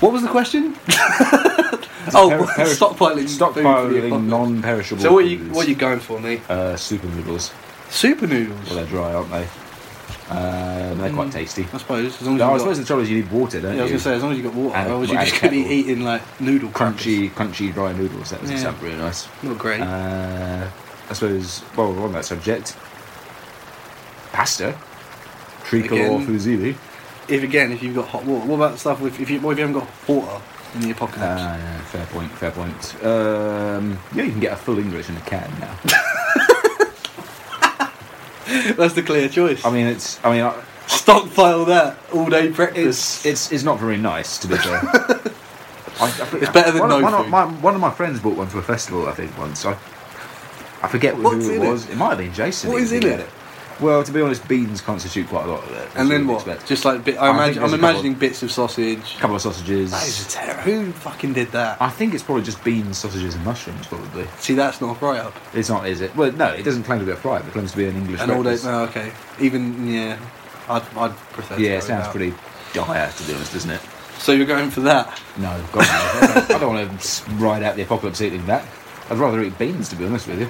Speaker 5: what was the question? oh,
Speaker 2: Per- per-
Speaker 5: stockpiling, food for the
Speaker 2: stockpiling
Speaker 5: apocalypse.
Speaker 2: non-perishable.
Speaker 5: So what are you
Speaker 2: foods.
Speaker 5: what are you going for, mate?
Speaker 2: Uh, super noodles.
Speaker 5: Super noodles,
Speaker 2: Well, they're dry, aren't they? Um, they're quite tasty.
Speaker 5: I suppose. As long as
Speaker 2: No,
Speaker 5: Mm. you've
Speaker 2: I
Speaker 5: got-
Speaker 2: suppose the trouble is you need water, don't
Speaker 5: Yeah, I was
Speaker 2: you?
Speaker 5: gonna say as long as you got water,
Speaker 2: And-
Speaker 5: otherwise you
Speaker 2: and
Speaker 5: just could be
Speaker 2: kettle.
Speaker 5: eating like noodle crackers.
Speaker 2: crunchy, crunchy dry noodles. That doesn't
Speaker 5: Yeah.
Speaker 2: sound really nice.
Speaker 5: Not great.
Speaker 2: Uh, I suppose. Well, we're on that subject, pasta, tricolor
Speaker 5: Again.
Speaker 2: fusilli.
Speaker 5: if again, if you've got hot water, what about stuff with if you, what if you haven't got water in the
Speaker 2: Ah,
Speaker 5: apocalypse?
Speaker 2: yeah, fair point. Fair point. Um, yeah, you can get a full English in a can now.
Speaker 5: That's the clear choice.
Speaker 2: I mean, it's. I mean, I-
Speaker 5: stockpile that all day
Speaker 2: it's
Speaker 5: breakfast.
Speaker 2: it's it's not very nice to be fair. I, I,
Speaker 5: It's better than
Speaker 2: one,
Speaker 5: no
Speaker 2: one Of
Speaker 5: food.
Speaker 2: my, one of my friends bought one to a festival, I think, once. I, I forget who
Speaker 5: What's
Speaker 2: it
Speaker 5: in it?
Speaker 2: was. It? might have been Jason.
Speaker 5: What
Speaker 2: who
Speaker 5: is in
Speaker 2: did
Speaker 5: it?
Speaker 2: Well, to be honest, beans constitute quite a lot of it. as
Speaker 5: and
Speaker 2: you
Speaker 5: then
Speaker 2: would
Speaker 5: what?
Speaker 2: expect.
Speaker 5: Just like bit, I
Speaker 2: I
Speaker 5: imagine,
Speaker 2: think there's a
Speaker 5: I'm
Speaker 2: couple-
Speaker 5: imagining bits of sausage.
Speaker 2: a couple of sausages.
Speaker 5: That is a terror. Who fucking did that?
Speaker 2: I think it's probably just beans, sausages, and mushrooms. Probably
Speaker 5: See, that's not right up.
Speaker 2: it's not, is it? Well, no, it doesn't claim to be a fry. It claims to be an English.
Speaker 5: And all day.
Speaker 2: breakfast.
Speaker 5: No, okay. Even yeah, I'd, I'd prefer. to
Speaker 2: yeah,
Speaker 5: go
Speaker 2: it
Speaker 5: with
Speaker 2: sounds
Speaker 5: that.
Speaker 2: pretty dire, to be honest, doesn't it?
Speaker 5: So you're going for that?
Speaker 2: No, God, no. I don't- I don't want to ride out the apocalypse eating that. I'd rather eat beans, to be honest with you.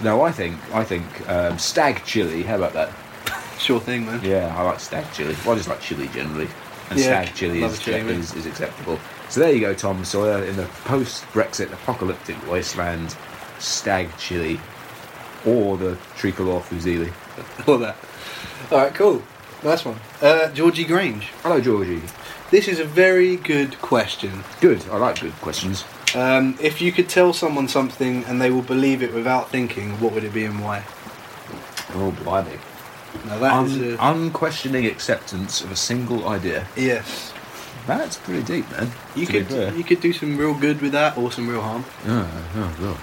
Speaker 2: No, I think I think um, stag chili. How about that?
Speaker 5: Sure thing, man.
Speaker 2: Yeah, I like stag chili. Well, I just like chili generally, and
Speaker 5: Yeah,
Speaker 2: stag chili
Speaker 5: love
Speaker 2: is,
Speaker 5: a chili, mate.
Speaker 2: is, is acceptable. So there you go, Tom Sawyer, in the post-Brexit apocalyptic wasteland, stag chili, or the tricolor fusilli.
Speaker 5: All that. All right, cool. Nice one. Uh, Georgie Grange.
Speaker 2: Hello, Georgie.
Speaker 5: This is a very good question.
Speaker 2: Good. I like good questions.
Speaker 5: Um, if you could tell someone something and they will believe it without thinking, what would it be and why?
Speaker 2: Oh, blimey.
Speaker 5: Now that
Speaker 2: Un-
Speaker 5: is a,
Speaker 2: unquestioning acceptance of a single idea.
Speaker 5: yes.
Speaker 2: That's pretty deep, man.
Speaker 5: You
Speaker 2: to be
Speaker 5: could
Speaker 2: fair.
Speaker 5: you could do some real good with that or some real harm.
Speaker 2: Oh, oh, God.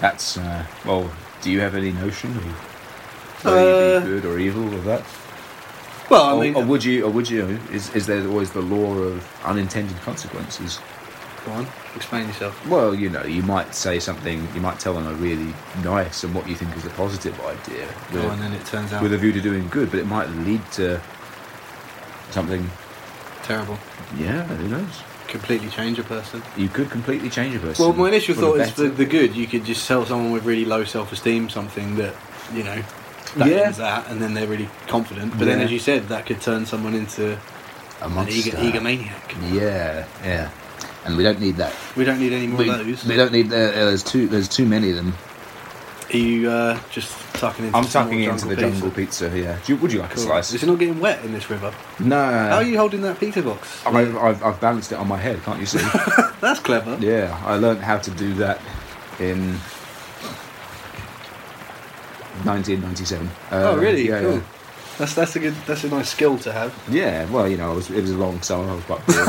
Speaker 2: That's uh, well. Do you have any notion of whether
Speaker 5: Uh,
Speaker 2: you be good or evil or that?
Speaker 5: Well, I
Speaker 2: or,
Speaker 5: mean,
Speaker 2: or Oh, would you? Or would you? Is is there always the law of unintended consequences?
Speaker 5: go on, explain yourself.
Speaker 2: Well, you know, you might say something. You might tell them a really nice and what you think is a positive idea with,
Speaker 5: Oh, and then it turns out
Speaker 2: with a view to doing good, but it might lead to something.
Speaker 5: terrible.
Speaker 2: Yeah, who knows?
Speaker 5: Completely change a person.
Speaker 2: You could completely change a person.
Speaker 5: Well, my initial
Speaker 2: for
Speaker 5: thought is for
Speaker 2: better.
Speaker 5: the good. You could just tell someone with really low self-esteem something that you know that
Speaker 2: Yeah.
Speaker 5: ends that, and then they're really confident. But then,
Speaker 2: Yeah.
Speaker 5: as you said, that could turn someone into
Speaker 2: a
Speaker 5: an
Speaker 2: monster.
Speaker 5: ego, egomaniac.
Speaker 2: Yeah, yeah. And we don't need that.
Speaker 5: We don't need any more
Speaker 2: We,
Speaker 5: of those.
Speaker 2: we don't need. Uh, uh, there's too. There's too many of them.
Speaker 5: Are you uh, just tucking into
Speaker 2: I'm
Speaker 5: some
Speaker 2: tucking
Speaker 5: more
Speaker 2: into the jungle pizza. Yeah. Do you, would you like
Speaker 5: Cool.
Speaker 2: a slice?
Speaker 5: Is it not getting wet in this river?
Speaker 2: no.
Speaker 5: How are you holding that pizza box?
Speaker 2: I've, I've, I've balanced it on my head. Can't you see?
Speaker 5: That's clever.
Speaker 2: yeah. I learnt how to do that in 1997. Uh,
Speaker 5: oh, really?
Speaker 2: Yeah,
Speaker 5: cool.
Speaker 2: yeah.
Speaker 5: That's that's a good. That's a nice skill to have.
Speaker 2: Yeah, Well, you know, it was, it was a long summer. I was quite bored.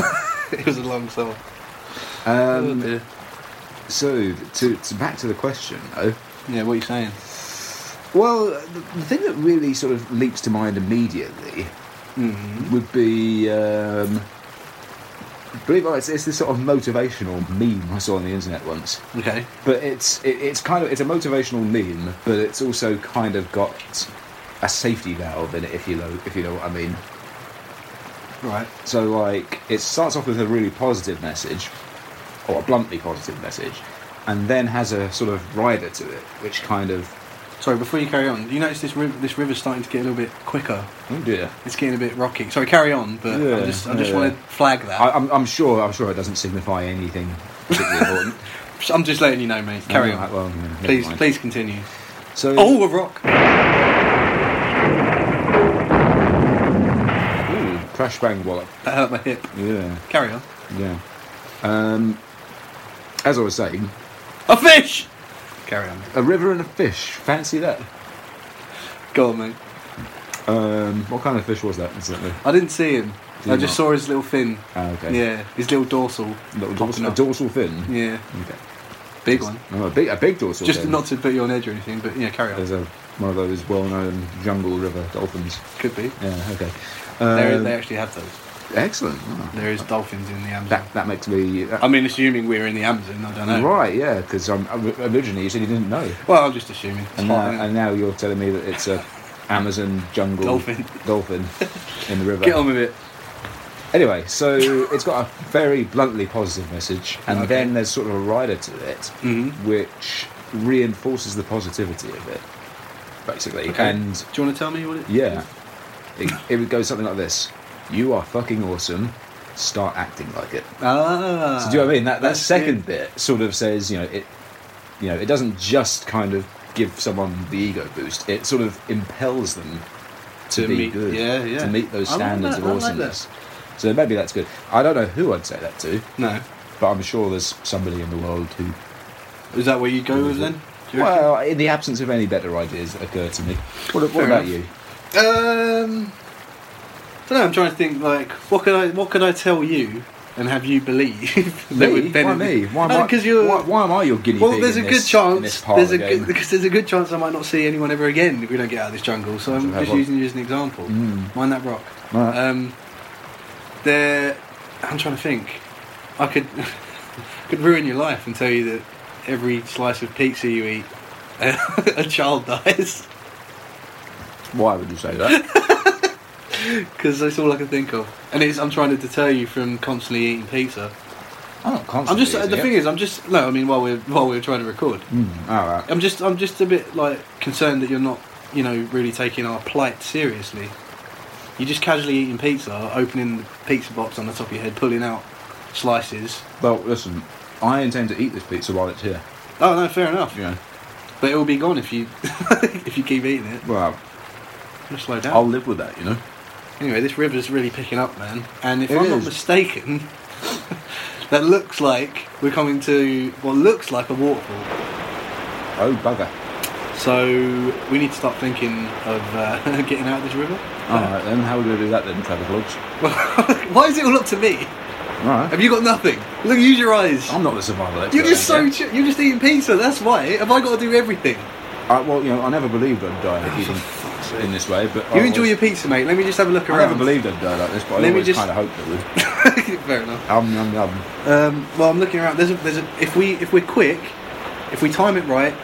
Speaker 5: it was a long summer. Oh,
Speaker 2: um,
Speaker 5: dear.
Speaker 2: so, to, to back to the question though.
Speaker 5: yeah. What are you saying?
Speaker 2: Well, the, the thing that really sort of leaps to mind immediately would be, um, believe it or not, it's, it's this sort of motivational meme I saw on the internet once.
Speaker 5: Okay.
Speaker 2: But it's it, it's kind of it's a motivational meme, but it's also kind of got a safety valve in it, if you know if you know what I mean.
Speaker 5: Right.
Speaker 2: So like it starts off with a really positive message, or a bluntly positive message, and then has a sort of rider to it, which kind of
Speaker 5: Sorry. Before you carry on, you notice this riv- this river's starting to get a little bit quicker.
Speaker 2: oh dear.
Speaker 5: It's getting a bit rocky. Sorry. Carry on. But I
Speaker 2: Yeah,
Speaker 5: just I just
Speaker 2: yeah.
Speaker 5: want to flag that.
Speaker 2: I, I'm, I'm sure. I'm sure it doesn't signify anything particularly important.
Speaker 5: I, am just letting you know, mate. Carry
Speaker 2: Alright,
Speaker 5: on. Oh!
Speaker 2: well, yeah, never
Speaker 5: please
Speaker 2: mind.
Speaker 5: please continue.
Speaker 2: So,
Speaker 5: Oh, a rock.
Speaker 2: Crash bang wallop.
Speaker 5: That hurt my hip.
Speaker 2: Yeah,
Speaker 5: Carry on.
Speaker 2: yeah. Um, as I was saying,
Speaker 5: A fish! Carry on.
Speaker 2: a river and a fish. Fancy that.
Speaker 5: Go on, mate.
Speaker 2: Um, what kind of fish was that? Incidentally,
Speaker 5: I didn't see him.
Speaker 2: Did
Speaker 5: I
Speaker 2: you
Speaker 5: just
Speaker 2: not?
Speaker 5: saw his little fin.
Speaker 2: Ah, okay.
Speaker 5: Yeah, his little dorsal.
Speaker 2: little
Speaker 5: popping
Speaker 2: dorsal, a
Speaker 5: up.
Speaker 2: dorsal fin.
Speaker 5: Yeah,
Speaker 2: Okay.
Speaker 5: big one.
Speaker 2: Oh, a big, a big dorsal
Speaker 5: Just
Speaker 2: fin.
Speaker 5: not to put you on edge or anything, but yeah, carry on.
Speaker 2: There's a one of those well-known jungle river dolphins.
Speaker 5: Could be.
Speaker 2: Yeah. Okay.
Speaker 5: There-
Speaker 2: Um,
Speaker 5: they actually have those.
Speaker 2: Excellent. Oh,
Speaker 5: There is dolphins in the Amazon.
Speaker 2: That that makes me. that-
Speaker 5: I mean, assuming we're in the Amazon, I don't know.
Speaker 2: Right, yeah, because originally you said you didn't know,
Speaker 5: Well, I'm just assuming. It's
Speaker 2: and now,
Speaker 5: hot,
Speaker 2: and
Speaker 5: innit?
Speaker 2: now you're telling me that it's a Amazon jungle
Speaker 5: Dolphin.
Speaker 2: dolphin in the river.
Speaker 5: Get on with it.
Speaker 2: Anyway, so it's got a very bluntly positive message, and
Speaker 5: Okay.
Speaker 2: then there's sort of a rider to it,
Speaker 5: Mhm.
Speaker 2: which reinforces the positivity of it, basically. And
Speaker 5: do you want to tell me what it?
Speaker 2: yeah, it, it would go something like this: "You are fucking awesome. Start acting like it."
Speaker 5: Ah.
Speaker 2: So do you know what I mean? That that
Speaker 5: that's
Speaker 2: second
Speaker 5: good.
Speaker 2: bit sort of says, you know, it you know, it doesn't just kind of give someone the ego boost. It sort of impels them to,
Speaker 5: To
Speaker 2: be
Speaker 5: meet-
Speaker 2: good.
Speaker 5: yeah, yeah.
Speaker 2: To meet those
Speaker 5: I like
Speaker 2: standards
Speaker 5: that,
Speaker 2: of
Speaker 5: I like that.
Speaker 2: awesomeness. so maybe that's good. I don't know who I'd say that to,
Speaker 5: No.
Speaker 2: but I'm sure there's somebody in the world who
Speaker 5: Is that where you go with then? Do you reckon?
Speaker 2: Well, in the absence of any better ideas that occur to me. What, what
Speaker 5: Fair
Speaker 2: about
Speaker 5: enough.
Speaker 2: you?
Speaker 5: um. I don't know. I'm trying to think. Like, what could I? What could I tell you? And have you believe that would
Speaker 2: Why
Speaker 5: benefit-
Speaker 2: me? Why am,
Speaker 5: No,
Speaker 2: I,
Speaker 5: 'cause you're
Speaker 2: why, why am I your guinea
Speaker 5: Well,
Speaker 2: pig?
Speaker 5: there's a
Speaker 2: in
Speaker 5: good
Speaker 2: this- in
Speaker 5: chance.
Speaker 2: this part
Speaker 5: There's a
Speaker 2: of the
Speaker 5: good
Speaker 2: game?
Speaker 5: because there's a good chance I might not see anyone ever again if we don't get out of this jungle. So I'm
Speaker 2: Don't have
Speaker 5: just
Speaker 2: one.
Speaker 5: using you as an example.
Speaker 2: Mm.
Speaker 5: Mind that rock.
Speaker 2: Alright.
Speaker 5: Um, there. I'm trying to think. I could could ruin your life and tell you that every slice of pizza you eat, a child dies.
Speaker 2: Why would you say that?
Speaker 5: Because that's all I can think of. And it's, I'm trying to deter you from constantly eating pizza.
Speaker 2: I'm not
Speaker 5: I'm
Speaker 2: constantly.
Speaker 5: just. uh, The thing is, I'm just. No, I mean, while we're while we're trying to record,
Speaker 2: Hmm, all right.
Speaker 5: I'm just I'm just a bit like concerned that you're not you know really taking our plight seriously. You're just casually eating pizza, opening the pizza box on the top of your head, pulling out slices.
Speaker 2: Well, listen, I intend to eat this pizza while it's here.
Speaker 5: Oh no, fair enough.
Speaker 2: You know,
Speaker 5: But it will be gone if you if you keep eating it.
Speaker 2: well,
Speaker 5: Just slow down.
Speaker 2: I'll live with that. You know,
Speaker 5: Anyway, this river's really picking up, man. And if
Speaker 2: It
Speaker 5: I'm not
Speaker 2: is.
Speaker 5: mistaken, that looks like we're coming to what looks like a waterfall.
Speaker 2: oh bugger!
Speaker 5: So we need to start thinking of uh, getting out of this river.
Speaker 2: All right then, how are we going to do that then, Trevor Vlogs?
Speaker 5: Why is it all up to me?
Speaker 2: All right,
Speaker 5: Have you got nothing? Look, use your eyes.
Speaker 2: I'm not the survival expert.
Speaker 5: You're just so
Speaker 2: okay?
Speaker 5: ch- you're just eating pizza. That's why. Have I got to do everything?
Speaker 2: I, well, you know, I never believed I'd
Speaker 5: Oh,
Speaker 2: die eating in this way, but I
Speaker 5: You enjoy
Speaker 2: always-
Speaker 5: your pizza, mate. Let me just have a look
Speaker 2: I
Speaker 5: around.
Speaker 2: never believed I'd die like this, but
Speaker 5: Let me
Speaker 2: I always
Speaker 5: just-
Speaker 2: kind of hoped I would.
Speaker 5: Fair enough.
Speaker 2: Um, um, um.
Speaker 5: Um, well, I'm looking around. There's a, there's a, if we if we're quick, if we time it right,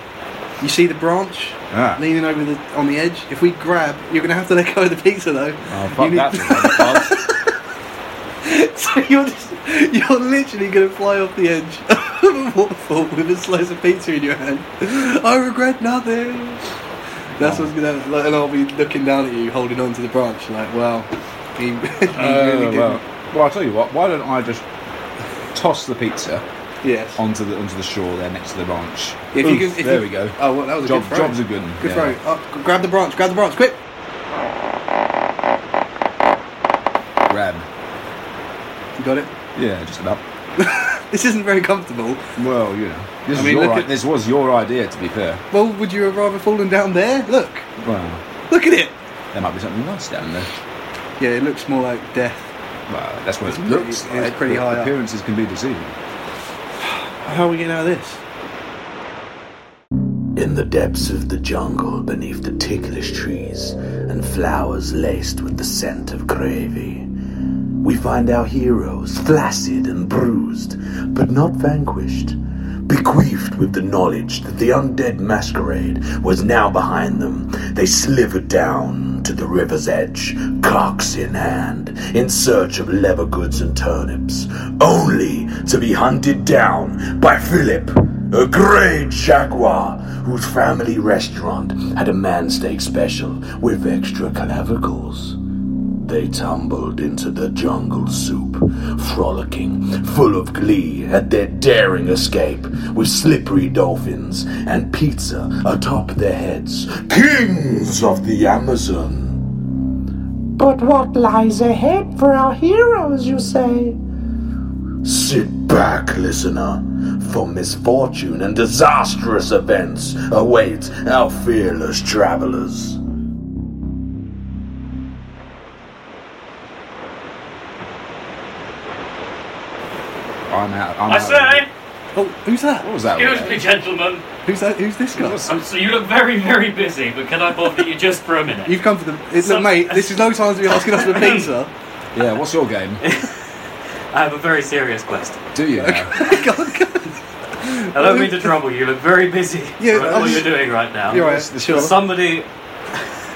Speaker 5: you see the branch
Speaker 2: Ah.
Speaker 5: leaning over the on the edge. If we grab, you're gonna have to let go of the pizza though.
Speaker 2: Oh,
Speaker 5: You
Speaker 2: fuck
Speaker 5: need-
Speaker 2: that! then, lads.
Speaker 5: so you're just, you're literally gonna fly off the edge of a waterfall with a slice of pizza in your hand. I regret nothing. That's what's gonna like, and I'll be looking down at you, holding on to the branch, like, wow, he, he really
Speaker 2: Uh,
Speaker 5: did.
Speaker 2: well, well, I'll tell you what. Why don't I just toss the pizza
Speaker 5: Yes.
Speaker 2: onto the onto the shore there next to the ranch?
Speaker 5: If
Speaker 2: Oof,
Speaker 5: you can, if
Speaker 2: there
Speaker 5: you,
Speaker 2: we go.
Speaker 5: Oh, well, that was a
Speaker 2: Job-
Speaker 5: good throw.
Speaker 2: job's a good one,
Speaker 5: Good
Speaker 2: yeah.
Speaker 5: throw. Oh, g- grab the branch. Grab the branch. Quick.
Speaker 2: Grab.
Speaker 5: You got it.
Speaker 2: Yeah, just about.
Speaker 5: This isn't very comfortable.
Speaker 2: Well, you know, this,
Speaker 5: I
Speaker 2: is
Speaker 5: mean,
Speaker 2: your,
Speaker 5: look
Speaker 2: i-
Speaker 5: at-
Speaker 2: this was your idea, to be fair.
Speaker 5: Well, would you have rather fallen down there? Look.
Speaker 2: Well,
Speaker 5: Look at it.
Speaker 2: there might be something nice down there.
Speaker 5: Yeah, it looks more like death.
Speaker 2: Well, that's what it
Speaker 5: It's
Speaker 2: looks
Speaker 5: pretty-
Speaker 2: like.
Speaker 5: it's pretty
Speaker 2: but
Speaker 5: high up.
Speaker 2: Appearances can be deceiving.
Speaker 5: How are we getting out of this?
Speaker 6: In the depths of the jungle, beneath the ticklish trees and flowers laced with the scent of gravy, we find our heroes flaccid and bruised, but not vanquished, bequeathed with the knowledge that the undead masquerade was now behind them. They slivered down to the river's edge, cocks in hand, in search of leather goods and turnips, only to be hunted down by Philip. A great jaguar whose family restaurant had a man steak special with extra clavicles. They tumbled into the jungle soup, frolicking, full of glee at their daring escape, with slippery dolphins and pizza atop their heads. Kings of the Amazon!
Speaker 7: But what lies ahead for our heroes, you say?
Speaker 6: Sit back, listener, for misfortune and disastrous events await our fearless travelers.
Speaker 2: I'm out. I'm
Speaker 8: I
Speaker 2: out.
Speaker 8: say,
Speaker 5: Oh, who's that?
Speaker 2: What was that?
Speaker 8: excuse
Speaker 2: all
Speaker 8: me,
Speaker 2: about?
Speaker 8: gentlemen.
Speaker 5: Who's that? Who's this guy?
Speaker 8: Um, so you look very, very busy, but can I bother you just for a minute?
Speaker 5: You've come for the. It,
Speaker 8: Some-
Speaker 5: look, mate, this is no time to be asking us for pizza.
Speaker 2: Yeah, what's your game?
Speaker 8: I have a very serious question.
Speaker 2: Do you? now?
Speaker 8: I don't mean to trouble you. You look very busy
Speaker 5: Yeah,
Speaker 8: for
Speaker 5: I
Speaker 8: what
Speaker 5: was-
Speaker 8: you're doing right now.
Speaker 5: You're right, sure.
Speaker 8: Somebody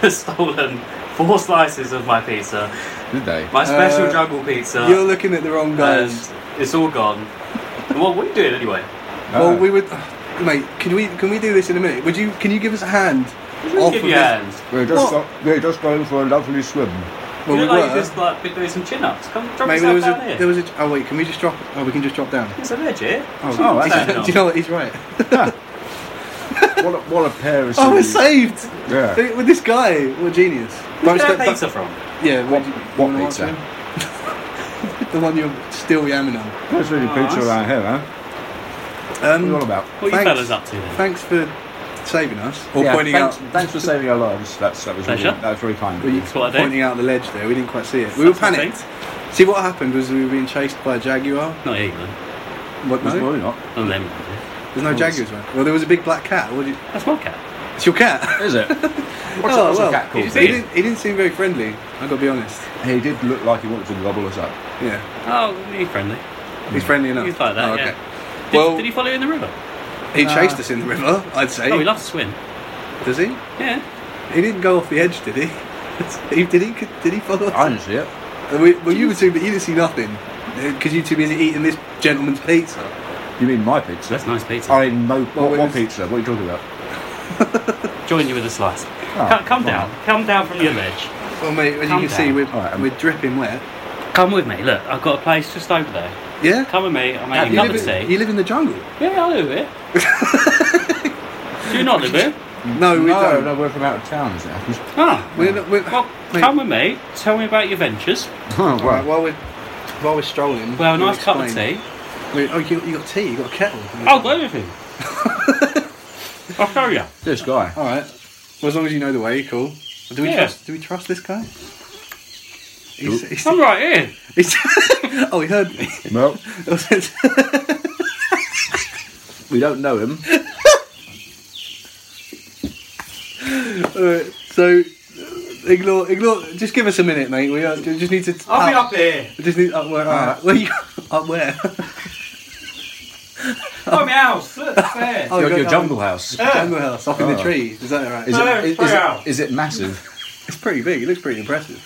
Speaker 8: has stolen four slices of my pizza,
Speaker 2: Did they?
Speaker 8: my special
Speaker 5: Uh,
Speaker 8: jungle pizza,
Speaker 5: You're looking at the wrong
Speaker 8: and
Speaker 5: guys.
Speaker 8: it's all gone. And what were you doing anyway?
Speaker 5: Well, we would. Mate, can we can we do this in a minute? Would you? Can you give us a hand?
Speaker 8: Give
Speaker 5: off
Speaker 8: you
Speaker 5: of
Speaker 8: your
Speaker 5: this-
Speaker 8: hands.
Speaker 2: We're
Speaker 5: just
Speaker 2: we're just going for a lovely swim.
Speaker 5: Well,
Speaker 8: you
Speaker 5: we
Speaker 8: look like
Speaker 5: were.
Speaker 8: you've just like, been doing some chin-ups. Come drop
Speaker 5: Mate, there
Speaker 8: yourself
Speaker 5: was
Speaker 8: down
Speaker 5: a
Speaker 8: here.
Speaker 5: there was a. Oh wait, can we just drop? Oh, we can just drop down.
Speaker 8: It's a legit.
Speaker 5: Oh,
Speaker 2: Oh, that's
Speaker 8: fair
Speaker 5: do you know what? He's right.
Speaker 2: What a, what a pair of
Speaker 5: Oh, we're
Speaker 2: silly-
Speaker 5: saved.
Speaker 2: Yeah.
Speaker 5: With this guy, we're genius.
Speaker 8: Where's
Speaker 5: Don't
Speaker 8: that
Speaker 5: step-
Speaker 8: pizza from?
Speaker 5: Yeah, what,
Speaker 2: what pizza?
Speaker 5: the one you're still yamming on.
Speaker 2: There's
Speaker 8: Oh,
Speaker 2: really pizza around here, huh? What are
Speaker 8: Hmm.
Speaker 2: you all
Speaker 5: Um,
Speaker 2: about?
Speaker 8: What are
Speaker 5: Thanks.
Speaker 8: you fellas up to then?
Speaker 5: thanks for saving us or
Speaker 2: Yeah,
Speaker 5: pointing
Speaker 2: thanks,
Speaker 5: out.
Speaker 2: Thanks for saving our lives. That's that was really,
Speaker 8: Pleasure.
Speaker 2: that was very kind.
Speaker 5: Well,
Speaker 2: Of
Speaker 5: you
Speaker 2: you.
Speaker 8: That's what I do.
Speaker 5: pointing out the ledge there. We didn't quite see it. We were
Speaker 8: That's what I
Speaker 5: panicked. See what happened was we were being chased by a jaguar.
Speaker 8: Not England.
Speaker 5: What?
Speaker 2: It's
Speaker 5: No,
Speaker 2: probably not.
Speaker 8: Not them.
Speaker 5: there's no jaguars. Man. Well, there was a big black cat. What did you,
Speaker 8: That's my cat.
Speaker 5: it's your cat.
Speaker 2: Is it? What's,
Speaker 5: Oh,
Speaker 2: what's
Speaker 5: well,
Speaker 2: a cat
Speaker 8: did
Speaker 2: called?
Speaker 5: he
Speaker 8: you see
Speaker 5: didn't. He didn't seem very friendly. I got to be honest.
Speaker 2: He did look like he wanted to gobble us up.
Speaker 5: Yeah,
Speaker 8: Oh, he's friendly.
Speaker 2: Hmm.
Speaker 5: he's friendly enough.
Speaker 8: He's like that,
Speaker 5: Oh,
Speaker 8: yeah.
Speaker 5: okay.
Speaker 8: Did,
Speaker 5: Well-
Speaker 8: did he follow you in the river?
Speaker 5: He chased us in the river. I'd say.
Speaker 8: Oh, he loves to swim.
Speaker 5: Does he?
Speaker 8: Yeah.
Speaker 5: He didn't go off the edge, did he? he did he? Did he follow us?
Speaker 2: I didn't see it.
Speaker 5: We, well, you were too, but you didn't see nothing because you two busy eating this gentleman's pizza.
Speaker 2: You mean my pizza?
Speaker 8: That's nice pizza.
Speaker 2: I mean, no,
Speaker 5: Well,
Speaker 2: what, what
Speaker 5: it was-
Speaker 2: pizza? What are you talking about?
Speaker 8: Join you with a slice.
Speaker 5: Oh,
Speaker 8: come come
Speaker 2: fine.
Speaker 8: down. Come down from your ledge.
Speaker 5: Well, mate, as
Speaker 8: Calm
Speaker 5: you can see,
Speaker 8: down.
Speaker 5: we're,
Speaker 2: All right, I'm-
Speaker 5: we're dripping wet.
Speaker 8: Come with me. Look, I've got a place just over there.
Speaker 5: Yeah.
Speaker 8: Come with me. I'll make
Speaker 5: you,
Speaker 8: you a cup
Speaker 5: live
Speaker 8: of
Speaker 5: in,
Speaker 8: tea.
Speaker 5: you live in the jungle.
Speaker 8: Yeah, I live here. Do you not live here?
Speaker 5: No, we
Speaker 2: no,
Speaker 5: don't.
Speaker 2: no, we're from out of town. Is it?
Speaker 8: Ah.
Speaker 5: We're not. We're,
Speaker 8: Well,
Speaker 5: mate,
Speaker 8: come with me. Tell me about your ventures.
Speaker 2: Oh,
Speaker 5: all right, while we're while we're strolling,
Speaker 8: Well, a
Speaker 5: we'll
Speaker 8: nice cup of
Speaker 5: explain.
Speaker 8: tea.
Speaker 5: We- oh, you, you got tea. You got a kettle.
Speaker 8: I'll go with him. I'll show you.
Speaker 2: This guy.
Speaker 5: All right. Well, as long as you know the way, cool. Do we
Speaker 8: Yeah.
Speaker 5: trust? Do we trust this guy? He's, he's,
Speaker 8: I'm right here.
Speaker 5: he's, oh, he heard me.
Speaker 2: Well, we don't know him.
Speaker 5: Alright, so uh, ignore, ignore. Just give us a minute, mate. We, uh, we just need to.
Speaker 8: I'll be up here.
Speaker 5: We just need up where? alright. Where you? Up where?
Speaker 8: Oh, my house. Look, it's there.
Speaker 5: Oh,
Speaker 2: your,
Speaker 5: go
Speaker 2: your
Speaker 5: down.
Speaker 2: jungle house.
Speaker 5: Jungle house up in the tree. Is that alright?
Speaker 2: Is
Speaker 8: No,
Speaker 2: it,
Speaker 8: it's
Speaker 2: is,
Speaker 8: pretty
Speaker 2: is
Speaker 8: out.
Speaker 2: it, is it massive?
Speaker 5: It's pretty big. It looks pretty impressive.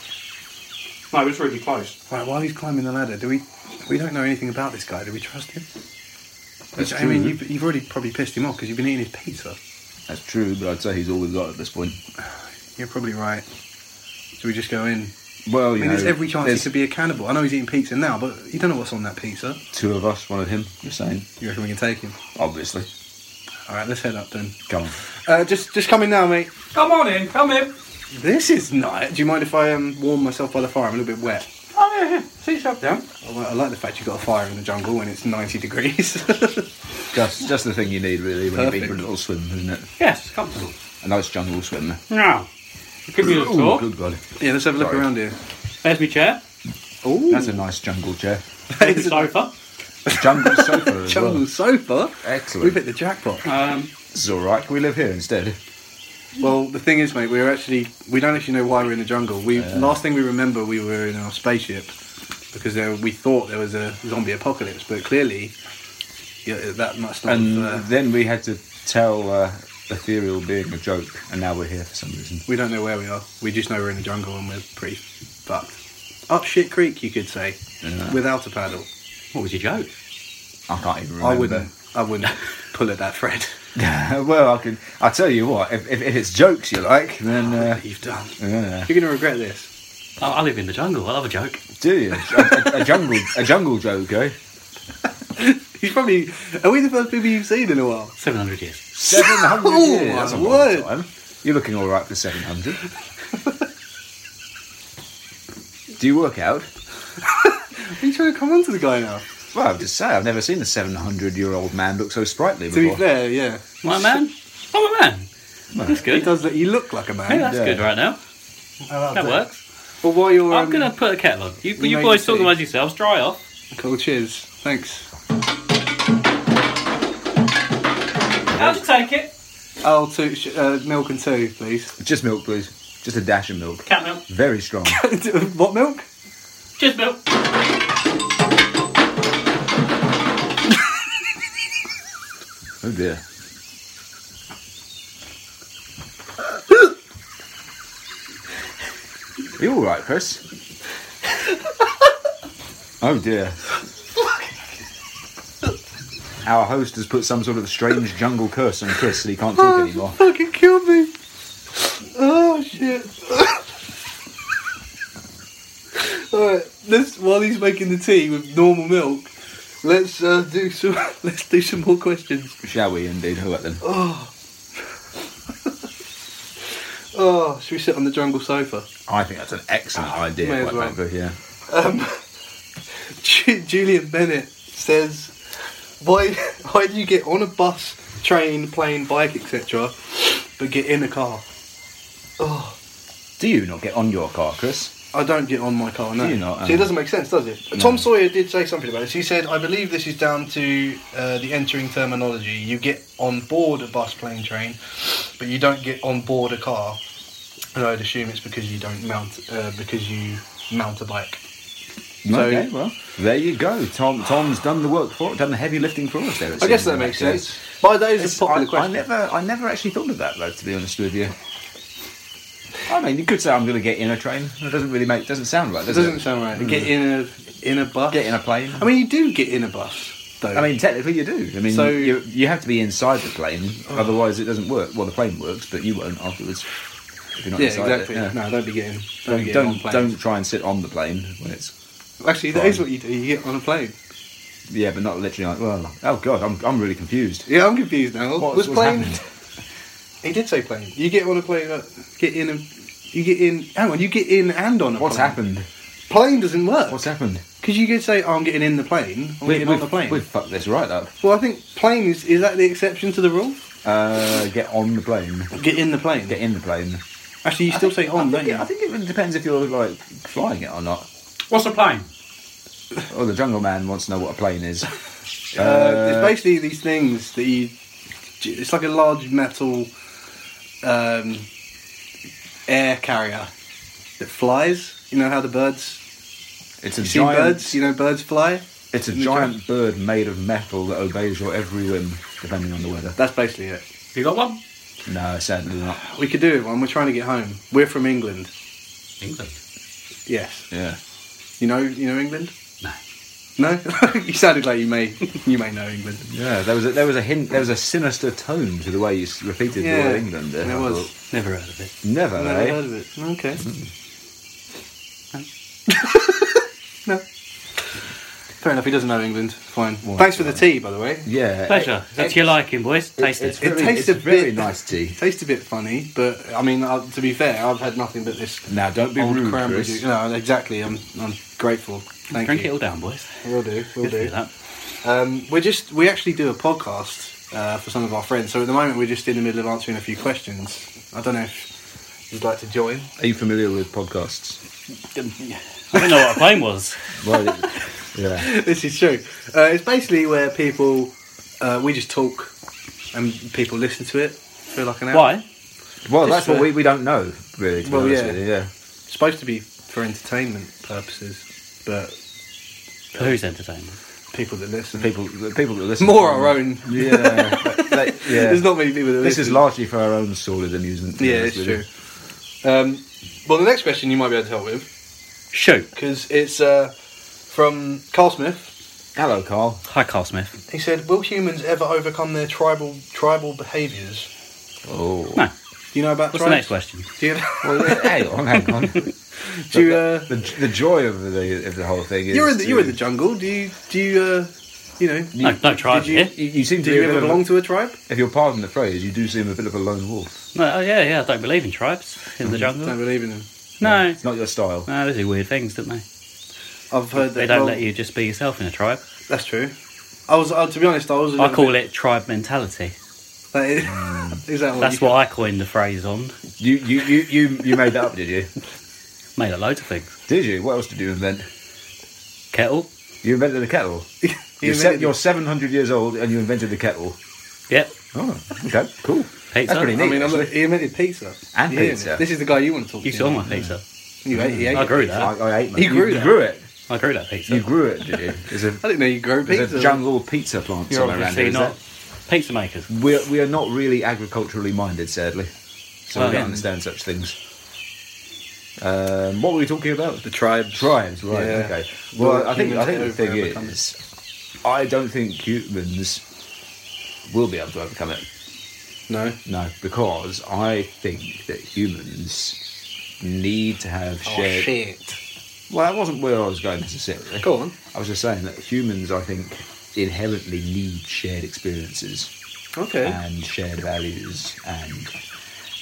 Speaker 8: No, it's really close.
Speaker 5: Right, while he's climbing the ladder, do we? We don't know anything about this guy. Do we trust him?
Speaker 2: That's
Speaker 5: I mean,
Speaker 2: true.
Speaker 5: you've, you've already probably pissed him off because you've been eating his pizza.
Speaker 2: That's true, but I'd say he's all we've got at this point.
Speaker 5: You're probably right. Should we just go in?
Speaker 2: Well,
Speaker 5: I
Speaker 2: you
Speaker 5: mean,
Speaker 2: know,
Speaker 5: there's every chance he
Speaker 2: there's
Speaker 5: could be a cannibal. I know he's eating pizza now, but you don't know what's on that pizza.
Speaker 2: two of us, one of him. You're saying,
Speaker 5: You reckon we can take him?
Speaker 2: obviously.
Speaker 5: All right, let's head up then.
Speaker 2: Come on.
Speaker 5: Uh, just, just come in now, mate.
Speaker 8: Come on in. Come in.
Speaker 5: This is nice. Do you mind if I um, warm myself by the fire? I'm a little bit wet.
Speaker 8: Oh, yeah, yeah. Sit yourself down.
Speaker 5: I li- I like the fact you've got a fire in the jungle when it's 90 degrees.
Speaker 2: Just, just the thing you need, really, when you've been
Speaker 5: Perfect.
Speaker 2: for a little swim, isn't it?
Speaker 8: Yes, comfortable.
Speaker 2: A nice jungle swim.
Speaker 8: Now, give me a
Speaker 2: Ooh,
Speaker 8: talk.
Speaker 2: good God.
Speaker 5: yeah, let's have a look
Speaker 2: Sorry.
Speaker 5: around here.
Speaker 8: There's my chair.
Speaker 5: Oh,
Speaker 2: That's a nice jungle chair.
Speaker 8: There's the sofa.
Speaker 2: Jungle sofa as
Speaker 5: jungle
Speaker 2: well.
Speaker 5: sofa.
Speaker 2: Excellent.
Speaker 5: We've hit the jackpot.
Speaker 8: Um,
Speaker 2: This is all right. Can we live here instead?
Speaker 5: Well, the thing is, mate, we're actually we don't actually know why we're in the jungle. We last thing we remember, we were in our spaceship because there, we thought there was a zombie apocalypse, but clearly, yeah, that must not.
Speaker 2: And
Speaker 5: have, uh,
Speaker 2: then we had to tell uh, ethereal being a joke, and now we're here for some reason.
Speaker 5: we don't know where we are. We just know we're in the jungle and we're pretty fucked. Up shit creek, you could say, without a paddle.
Speaker 8: what was your joke?
Speaker 2: I can't even
Speaker 5: I
Speaker 2: remember.
Speaker 5: wouldn't. I wouldn't pull at that thread.
Speaker 2: well, I can. I tell you what. If, if, if it's jokes you like, then uh,
Speaker 5: You've done.
Speaker 2: yeah.
Speaker 5: You're gonna regret this.
Speaker 8: I, I live in the jungle. I love a joke.
Speaker 2: do you a, a- a jungle a jungle joke? Eh?
Speaker 5: He's probably. Are we the first people you've seen in a while?
Speaker 8: 700 years.
Speaker 2: Seven hundred
Speaker 5: Oh, my
Speaker 2: years. That's a
Speaker 5: word.
Speaker 2: long time. You're looking all right for seven hundred. Do you work out?
Speaker 5: Are you trying to come on to the guy now?
Speaker 2: Well, I've just say I've never seen a 700 year old man look so sprightly
Speaker 5: To be
Speaker 2: before.
Speaker 5: fair, yeah.
Speaker 8: My man? I'm a man. That's
Speaker 5: He
Speaker 8: good.
Speaker 5: does look, you look like a man.
Speaker 8: Hey, that's
Speaker 2: Yeah.
Speaker 8: good right now. That works.
Speaker 5: But while you're.
Speaker 8: I'm
Speaker 5: um,
Speaker 8: going to put a kettle on. You,
Speaker 5: we
Speaker 8: you
Speaker 5: made
Speaker 8: boys
Speaker 5: mistakes.
Speaker 8: talk amongst yourselves. Dry off.
Speaker 5: Cool, cheers. Thanks.
Speaker 8: How'd you take it?
Speaker 5: I'll two, sh- uh, milk and two, please.
Speaker 2: Just milk, please. Just a dash of milk.
Speaker 8: Cat milk.
Speaker 2: Very strong.
Speaker 5: what milk?
Speaker 8: Cheers, milk.
Speaker 2: oh dear. Are you alright, Chris? oh dear. Our host has put some sort of strange jungle curse on Chris and he can't talk anymore.
Speaker 5: Fucking killed me. Oh shit. Alright, let's while he's making the tea with normal milk, let's uh, do some let's do some more questions.
Speaker 2: Shall we indeed? All right then.
Speaker 5: Oh, should we sit on the jungle sofa?
Speaker 2: I think that's an excellent idea.
Speaker 5: may as
Speaker 2: quite
Speaker 5: well.
Speaker 2: frankly, yeah.
Speaker 5: Ju- Julian Bennett says, "Why why do you get on a bus, train, plane, bike, etc., but get in a car? Oh,
Speaker 2: Do you not get on your car, Chris?
Speaker 5: I don't get on my car now.
Speaker 2: Do you not?
Speaker 5: See, it doesn't make sense, does it?
Speaker 2: No.
Speaker 5: Tom Sawyer did say something about this. He said, "I believe this is down to uh, the entering terminology. You get on board a bus, plane, train, but you don't get on board a car." And I'd assume it's because you don't mount uh, because you mount a bike. So-
Speaker 2: okay, well, there you go. Tom, Tom's done the work for, done the heavy lifting for us. There, it
Speaker 5: I
Speaker 2: seems,
Speaker 5: guess that
Speaker 2: in
Speaker 5: makes
Speaker 2: case.
Speaker 5: sense. By those
Speaker 2: It's-
Speaker 5: is a popular
Speaker 2: I, I
Speaker 5: question.
Speaker 2: never, I never actually thought of that though. To be honest with you, I mean, you could say I'm going to get in a train. It doesn't really make, doesn't sound right.
Speaker 5: It
Speaker 2: Does
Speaker 5: doesn't sound right. Get in a in a bus.
Speaker 2: Mm. Get in a plane.
Speaker 5: I mean, you do get in a bus, though.
Speaker 2: I mean, technically you do. I mean,
Speaker 5: So- Oh.
Speaker 2: you, you have to be inside the plane, otherwise it doesn't work. Well, the plane works, but you won't afterwards. If you're not
Speaker 5: yeah,
Speaker 2: inside it,
Speaker 5: exactly.
Speaker 2: yeah.
Speaker 5: No, don't be getting. Don't,
Speaker 2: Don't
Speaker 5: get on
Speaker 2: don't,
Speaker 5: planes.
Speaker 2: don't try and sit on the plane when it's
Speaker 5: Actually, that
Speaker 2: Fine.
Speaker 5: is what you do. You get on a plane.
Speaker 2: Yeah, but not literally like, well, oh god, I'm, I'm really confused.
Speaker 5: Yeah, I'm confused now.
Speaker 2: What-
Speaker 5: was
Speaker 2: what's
Speaker 5: plane?
Speaker 2: happened?
Speaker 5: He did say plane. You get on a plane. uh, Get in. A, you get in. Hang on. You get in and on a
Speaker 2: What's
Speaker 5: plane.
Speaker 2: happened?
Speaker 5: Plane doesn't work.
Speaker 2: What's happened?
Speaker 5: Because you could say, oh, "I'm getting in the plane." I'm getting on
Speaker 2: we've,
Speaker 5: the plane.
Speaker 2: we've fucked this right up.
Speaker 5: Well, I think plane is is that the exception to the rule?
Speaker 2: Uh, get on the plane.
Speaker 5: Get in the plane.
Speaker 2: Get in the plane.
Speaker 5: Actually, you still say on,
Speaker 2: I
Speaker 5: don't
Speaker 2: think,
Speaker 5: you?
Speaker 2: it, I think it really depends if you're like flying it or not.
Speaker 8: What's a plane?
Speaker 2: Oh, the jungle man wants to know what a plane is.
Speaker 5: Uh, it's basically these things that you. It's like a large metal um, air carrier that flies. You know how the birds.
Speaker 2: It's a
Speaker 5: You see
Speaker 2: giant.
Speaker 5: birds. You know birds fly.
Speaker 2: it's a
Speaker 5: in the
Speaker 2: giant bird made of metal that obeys your every whim, depending on the weather.
Speaker 5: That's basically it.
Speaker 8: You got one?
Speaker 2: No, certainly not.
Speaker 5: We could do it one. We're trying to get home. We're from England.
Speaker 8: England.
Speaker 5: Yes.
Speaker 2: Yeah.
Speaker 5: You know. You know England. No. No. you sounded like you may. You may know England.
Speaker 2: Yeah. There was a, there was a hint. There was a sinister tone to the way you s- repeated the word England. There,
Speaker 5: There
Speaker 2: I
Speaker 5: was.
Speaker 2: thought.
Speaker 8: Never heard of it.
Speaker 2: Never.
Speaker 5: Never
Speaker 2: eh?
Speaker 5: heard of it. Okay. no. Fair enough. He doesn't know England. Fine. Thanks for the tea, by the way.
Speaker 2: Yeah.
Speaker 8: Pleasure. That's your liking, boys. Taste
Speaker 2: It's
Speaker 8: it.
Speaker 2: very,
Speaker 5: tastes
Speaker 2: it's
Speaker 5: a
Speaker 2: very
Speaker 5: bit-
Speaker 2: nice tea.
Speaker 5: It tastes a bit funny, but I mean, uh, to be fair, I've had nothing but this
Speaker 2: Now, don't be
Speaker 5: old
Speaker 2: rude,
Speaker 5: cranberry
Speaker 2: Chris.
Speaker 5: juice. No, exactly. I'm, I'm grateful. Thank
Speaker 8: Drink it
Speaker 5: you.
Speaker 8: all down, boys.
Speaker 5: We'll do. We'll
Speaker 8: Good for you,
Speaker 5: do.
Speaker 8: that.
Speaker 5: Um, we're just we actually do a podcast uh, for some of our friends. So at the moment, we're just in the middle of answering a few questions. I don't know if you'd like to join.
Speaker 2: Are you familiar with podcasts?
Speaker 8: I didn't know what a plane was.
Speaker 2: Well, it- yeah.
Speaker 5: this is true. Uh, it's basically where people uh, we just talk and people listen to it for like an hour.
Speaker 8: Why?
Speaker 2: Well,
Speaker 5: Just
Speaker 2: that's what
Speaker 5: for-
Speaker 2: we, we don't know, really. To be
Speaker 5: Well,
Speaker 2: honest
Speaker 5: yeah.
Speaker 2: with you, yeah.
Speaker 5: It's supposed to be for entertainment purposes, but
Speaker 8: For whose entertainment?
Speaker 5: people that listen,
Speaker 2: People, the people that listen.
Speaker 5: more our own.
Speaker 2: Yeah. they- yeah.
Speaker 5: There's not many people that
Speaker 2: this
Speaker 5: listen.
Speaker 2: is largely for our own sordid amusement. to be
Speaker 5: Yeah,
Speaker 2: honest
Speaker 5: it's
Speaker 2: with you.
Speaker 5: true. Um, well, the next question you might be able to help with
Speaker 8: Shoot.
Speaker 5: because it's uh, from Carl Smith.
Speaker 2: Hello, Carl.
Speaker 8: Hi, Carl Smith.
Speaker 5: He said, "Will humans ever overcome their tribal tribal behaviours?
Speaker 2: Oh.
Speaker 8: No.
Speaker 5: Do you know about
Speaker 8: What's the next
Speaker 5: tribes?
Speaker 8: question?
Speaker 5: Do you,
Speaker 2: Well, yeah, hang on, hang on.
Speaker 5: do you, uh,
Speaker 2: The, the joy of the of the whole thing is
Speaker 5: you're in the,
Speaker 2: to-
Speaker 5: you're in the jungle. Do you do you uh, you know?
Speaker 8: No, no tribe
Speaker 5: did you,
Speaker 8: here.
Speaker 2: You, you seem to
Speaker 5: Do
Speaker 2: be
Speaker 5: you
Speaker 2: a bit
Speaker 5: ever
Speaker 2: of a-
Speaker 5: belong to a tribe?
Speaker 2: If you'll pardon the phrase, you do seem a bit of a lone wolf.
Speaker 8: No, oh, yeah, yeah. I don't believe in tribes in the jungle.
Speaker 5: Hmm. Don't believe in them.
Speaker 8: No.
Speaker 2: It's not your style.
Speaker 8: No, they do weird things, don't they?
Speaker 5: I've heard that.
Speaker 8: They don't
Speaker 5: well,
Speaker 8: let you just be yourself in a tribe.
Speaker 5: That's true. I was, uh, to be honest, I was. a
Speaker 8: I
Speaker 5: little
Speaker 8: call
Speaker 5: bit-
Speaker 8: it tribe mentality.
Speaker 5: That is, is that what
Speaker 8: That's
Speaker 5: you-
Speaker 8: what I coined the phrase on.
Speaker 2: You you, you, you you made that up, did you?
Speaker 8: Made up loads of things.
Speaker 2: Did you? What else did you invent?
Speaker 8: Kettle.
Speaker 2: You invented the kettle. You're, se-
Speaker 5: invented
Speaker 2: you're
Speaker 5: it.
Speaker 2: 700 years old and you invented the kettle.
Speaker 8: Yep.
Speaker 2: Oh, okay, cool.
Speaker 8: Pizza.
Speaker 2: That's pretty
Speaker 5: I
Speaker 2: neat.
Speaker 5: mean, I'm
Speaker 2: actually.
Speaker 5: he invented pizza
Speaker 2: And
Speaker 5: He did.
Speaker 2: pizza.
Speaker 5: This is the guy you want to talk to.
Speaker 8: You saw my pizza.
Speaker 5: You ate, he ate
Speaker 8: I
Speaker 5: it.
Speaker 8: grew
Speaker 2: I,
Speaker 8: that.
Speaker 2: I ate. mate.
Speaker 5: He grew
Speaker 2: you, you
Speaker 5: that.
Speaker 2: grew it.
Speaker 8: I grew that pizza.
Speaker 2: You grew it, did you? There's a,
Speaker 5: I didn't know you grow
Speaker 2: there's
Speaker 5: pizza.
Speaker 2: a jungle pizza plant
Speaker 8: You're
Speaker 2: somewhere around here.
Speaker 8: obviously
Speaker 2: is
Speaker 8: not
Speaker 2: there?
Speaker 8: pizza makers.
Speaker 2: We're, we are not really agriculturally minded, sadly. So
Speaker 8: Well,
Speaker 2: we don't
Speaker 8: yeah.
Speaker 2: understand such things. Um, what were we talking about?
Speaker 5: The tribe.
Speaker 2: Tribes, right?
Speaker 5: Yeah.
Speaker 2: Okay. Well, I think I
Speaker 5: Humans
Speaker 2: think the thing
Speaker 5: overcome it.
Speaker 2: is, I don't think humans will be able to overcome it.
Speaker 5: No.
Speaker 2: No, because I think that humans need to have shared.
Speaker 5: Oh, shit.
Speaker 2: Well, that wasn't where I was going necessarily.
Speaker 5: Go on.
Speaker 2: I was just saying that humans, I think, inherently need shared experiences
Speaker 5: Okay.
Speaker 2: and shared values and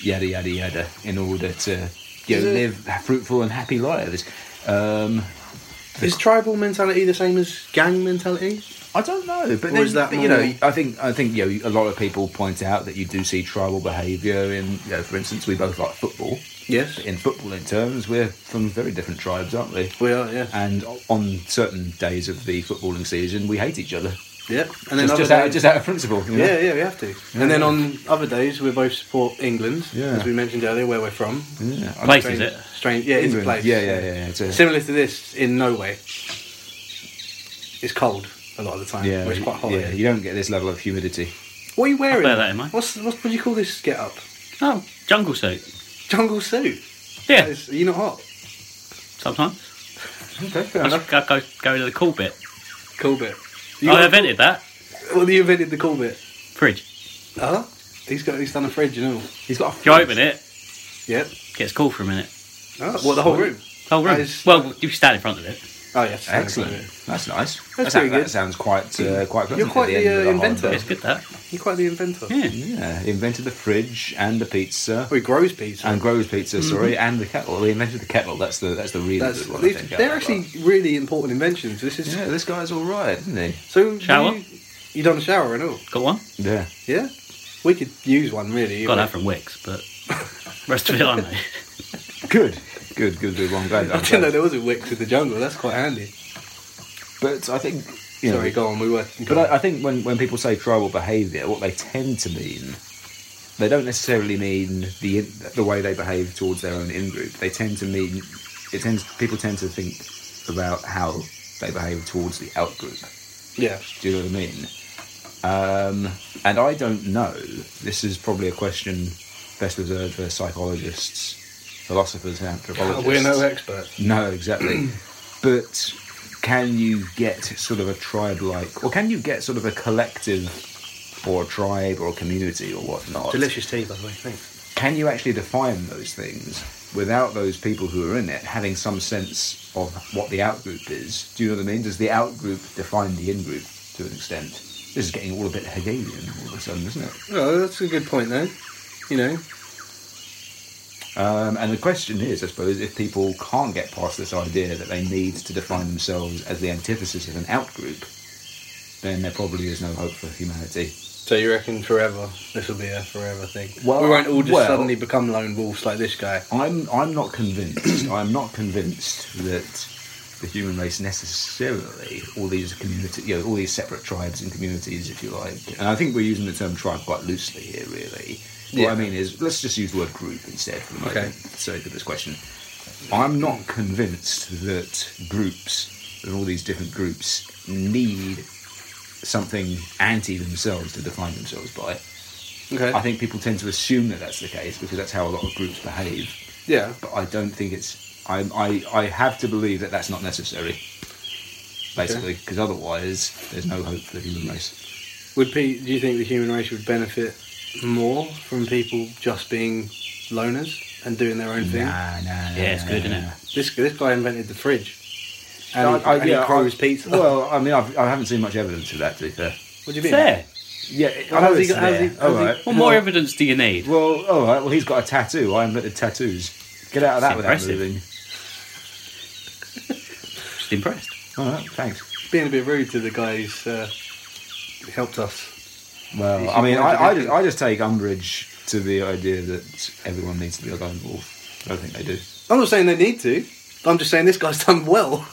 Speaker 2: yada yada yada in order to you
Speaker 5: Is
Speaker 2: know,
Speaker 5: it-
Speaker 2: live fruitful and happy lives. Um,
Speaker 5: Is tribal mentality the same as gang mentality?
Speaker 2: I don't know, but, then,
Speaker 5: is that
Speaker 2: but, you know,
Speaker 5: more-
Speaker 2: I think I think you know a lot of people point out that you do see tribal behaviour in, you know, for instance, we both like football.
Speaker 5: Yes.
Speaker 2: In footballing terms, we're from very different tribes, aren't we?
Speaker 5: We are, yeah.
Speaker 2: And on certain days of the footballing season, we hate each other.
Speaker 5: yeah. And
Speaker 2: It's
Speaker 5: other
Speaker 2: just, out,
Speaker 5: days-
Speaker 2: just out of principle. you know?
Speaker 5: yeah, yeah, we have to. and then on other days, we both support England,
Speaker 2: Yeah.
Speaker 5: as we mentioned earlier, where we're from.
Speaker 2: yeah. I-
Speaker 8: Place, is
Speaker 5: Strange,
Speaker 8: it?
Speaker 5: Strange. Yeah, it's a
Speaker 2: England.
Speaker 5: place.
Speaker 2: Yeah, yeah, yeah. yeah. It's a-
Speaker 5: Similar to this in Norway. It's cold a lot of the time.
Speaker 2: yeah,
Speaker 5: Yeah, it's quite hot.
Speaker 2: yeah, you don't get this level of humidity.
Speaker 5: What are you wearing?
Speaker 8: bear that in mind.
Speaker 5: What's, what's what do you call this get up?
Speaker 8: Oh, jungle suit.
Speaker 5: Jungle suit. That
Speaker 8: Yeah,
Speaker 5: is- Are you not hot?
Speaker 8: sometimes.
Speaker 2: Okay, fair
Speaker 8: I just go, go, go to the cool bit.
Speaker 5: Cool bit. You
Speaker 8: I
Speaker 5: got-
Speaker 8: invented that.
Speaker 5: Well, you invented the cool bit.
Speaker 8: Fridge.
Speaker 5: Huh? He's got he's done a fridge and all.
Speaker 2: He's got a
Speaker 8: If you open it,
Speaker 5: Yep.
Speaker 8: gets cool for a minute.
Speaker 5: Oh, well, the whole room.
Speaker 8: Whole
Speaker 5: That
Speaker 8: room.
Speaker 5: is-
Speaker 8: Well, you stand in front of it.
Speaker 5: Oh yes.
Speaker 2: Excellent. That's nice. that,
Speaker 5: That's pretty
Speaker 2: that
Speaker 5: good.
Speaker 2: sounds quite uh, quite. pleasant at
Speaker 5: quite
Speaker 2: the,
Speaker 5: the,
Speaker 2: end of
Speaker 5: uh,
Speaker 2: the
Speaker 5: inventor.
Speaker 2: holiday.
Speaker 8: It's good that.
Speaker 5: You're quite the inventor.
Speaker 8: Yeah.
Speaker 2: Yeah, he invented the fridge and the pizza
Speaker 5: Oh, he grows pizza.
Speaker 2: and grows pizza. Sorry, and the kettle. He invented the kettle. That's the that's the really
Speaker 5: Mm-hmm. That's,
Speaker 2: good one. I
Speaker 5: these-
Speaker 2: think, out
Speaker 5: they're
Speaker 2: of
Speaker 5: actually
Speaker 2: that
Speaker 5: really important inventions. This
Speaker 2: lot.
Speaker 5: is
Speaker 2: yeah. This guy's all right, isn't he?
Speaker 5: so.
Speaker 8: Shower?
Speaker 5: You, you done a shower and all?
Speaker 8: Got one?
Speaker 2: Yeah.
Speaker 5: Yeah. We could use one really.
Speaker 8: Got
Speaker 5: but-
Speaker 8: that from Wix, but rest of it I made.
Speaker 2: Good. Good. Good. Good. One guy.
Speaker 5: I didn't know there was a Wix in the jungle. That's quite handy.
Speaker 2: But I think you know.
Speaker 5: Sorry, go on. We were.
Speaker 2: But I, I think when, when people say tribal behaviour, what they tend to mean, they don't necessarily mean the in- the way they behave towards their own in group. They tend to mean it tends people tend to think about how they behave towards the out group.
Speaker 5: yeah.
Speaker 2: Do you know what I mean? Um, and I don't know. This is probably a question best reserved for psychologists, philosophers, and anthropologists.
Speaker 5: We're no experts.
Speaker 2: No, exactly. but can you get sort of a tribe like, or can you get sort of a collective or a tribe or a community or whatnot?
Speaker 5: Delicious tea, by the way. Thanks.
Speaker 2: Can you actually define those things without those people who are in it having some sense of what the outgroup is? Do you know what I mean? Does the outgroup define the in group to an extent? This is getting all a bit Hegelian all of a sudden, isn't it?
Speaker 5: Well, Oh, that's a good point, though. You know,
Speaker 2: Um, and the question is, I suppose, if people can't get past this idea that they need to define themselves as the antithesis of an outgroup, then there probably is no hope for humanity.
Speaker 5: So you reckon forever this will be a forever thing?
Speaker 2: Well,
Speaker 5: we won't all just
Speaker 2: well-
Speaker 5: suddenly become lone wolves like this guy.
Speaker 2: I'm I'm not convinced. I'm not convinced that the human race necessarily all these community, you know, all these separate tribes and communities, if you like. And I think we're using the term tribe quite loosely here, really. What
Speaker 5: Yeah.
Speaker 2: I mean is, let's just use the word group instead for the moment,
Speaker 5: Okay.
Speaker 2: for the sake of this question. I'm not convinced that groups and all these different groups need something anti themselves to define themselves by.
Speaker 5: Okay.
Speaker 2: I think people tend to assume that that's the case because that's how a lot of groups behave
Speaker 5: yeah.
Speaker 2: but I don't think it's. I I, I have to believe that that's not necessary. Basically, because otherwise, there's no hope for the human race.
Speaker 5: Would pe- do you think the human race would benefit more from people just being loners and doing their own thing?
Speaker 2: Nah, nah, nah,
Speaker 8: Yeah, it's good,
Speaker 2: nah,
Speaker 8: isn't
Speaker 2: nah.
Speaker 8: it?
Speaker 5: This this guy invented the fridge, and,
Speaker 2: No,
Speaker 5: he,
Speaker 2: I-
Speaker 5: and he
Speaker 2: yeah,
Speaker 5: grows
Speaker 2: I-
Speaker 5: pizza.
Speaker 2: Well, I mean, I've, I haven't seen much evidence of that. To be fair.
Speaker 5: what do you
Speaker 8: It's
Speaker 5: mean?
Speaker 8: there.
Speaker 2: Yeah,
Speaker 5: Well, how's he got- how's he- how's he-
Speaker 2: all right.
Speaker 8: What more evidence do you need?
Speaker 2: Well, all right. Well, he's got a tattoo. I invented tattoos. Get out of that without
Speaker 8: Impressive.
Speaker 2: moving.
Speaker 8: Just impressed.
Speaker 2: All right, thanks.
Speaker 5: Being a bit rude to the guy who's uh, helped us.
Speaker 2: Well, I mean, I, I, just, I just take umbrage to the idea that everyone needs to be a lone wolf. I don't think they do.
Speaker 5: I'm not saying they need to. I'm just saying this guy's done well.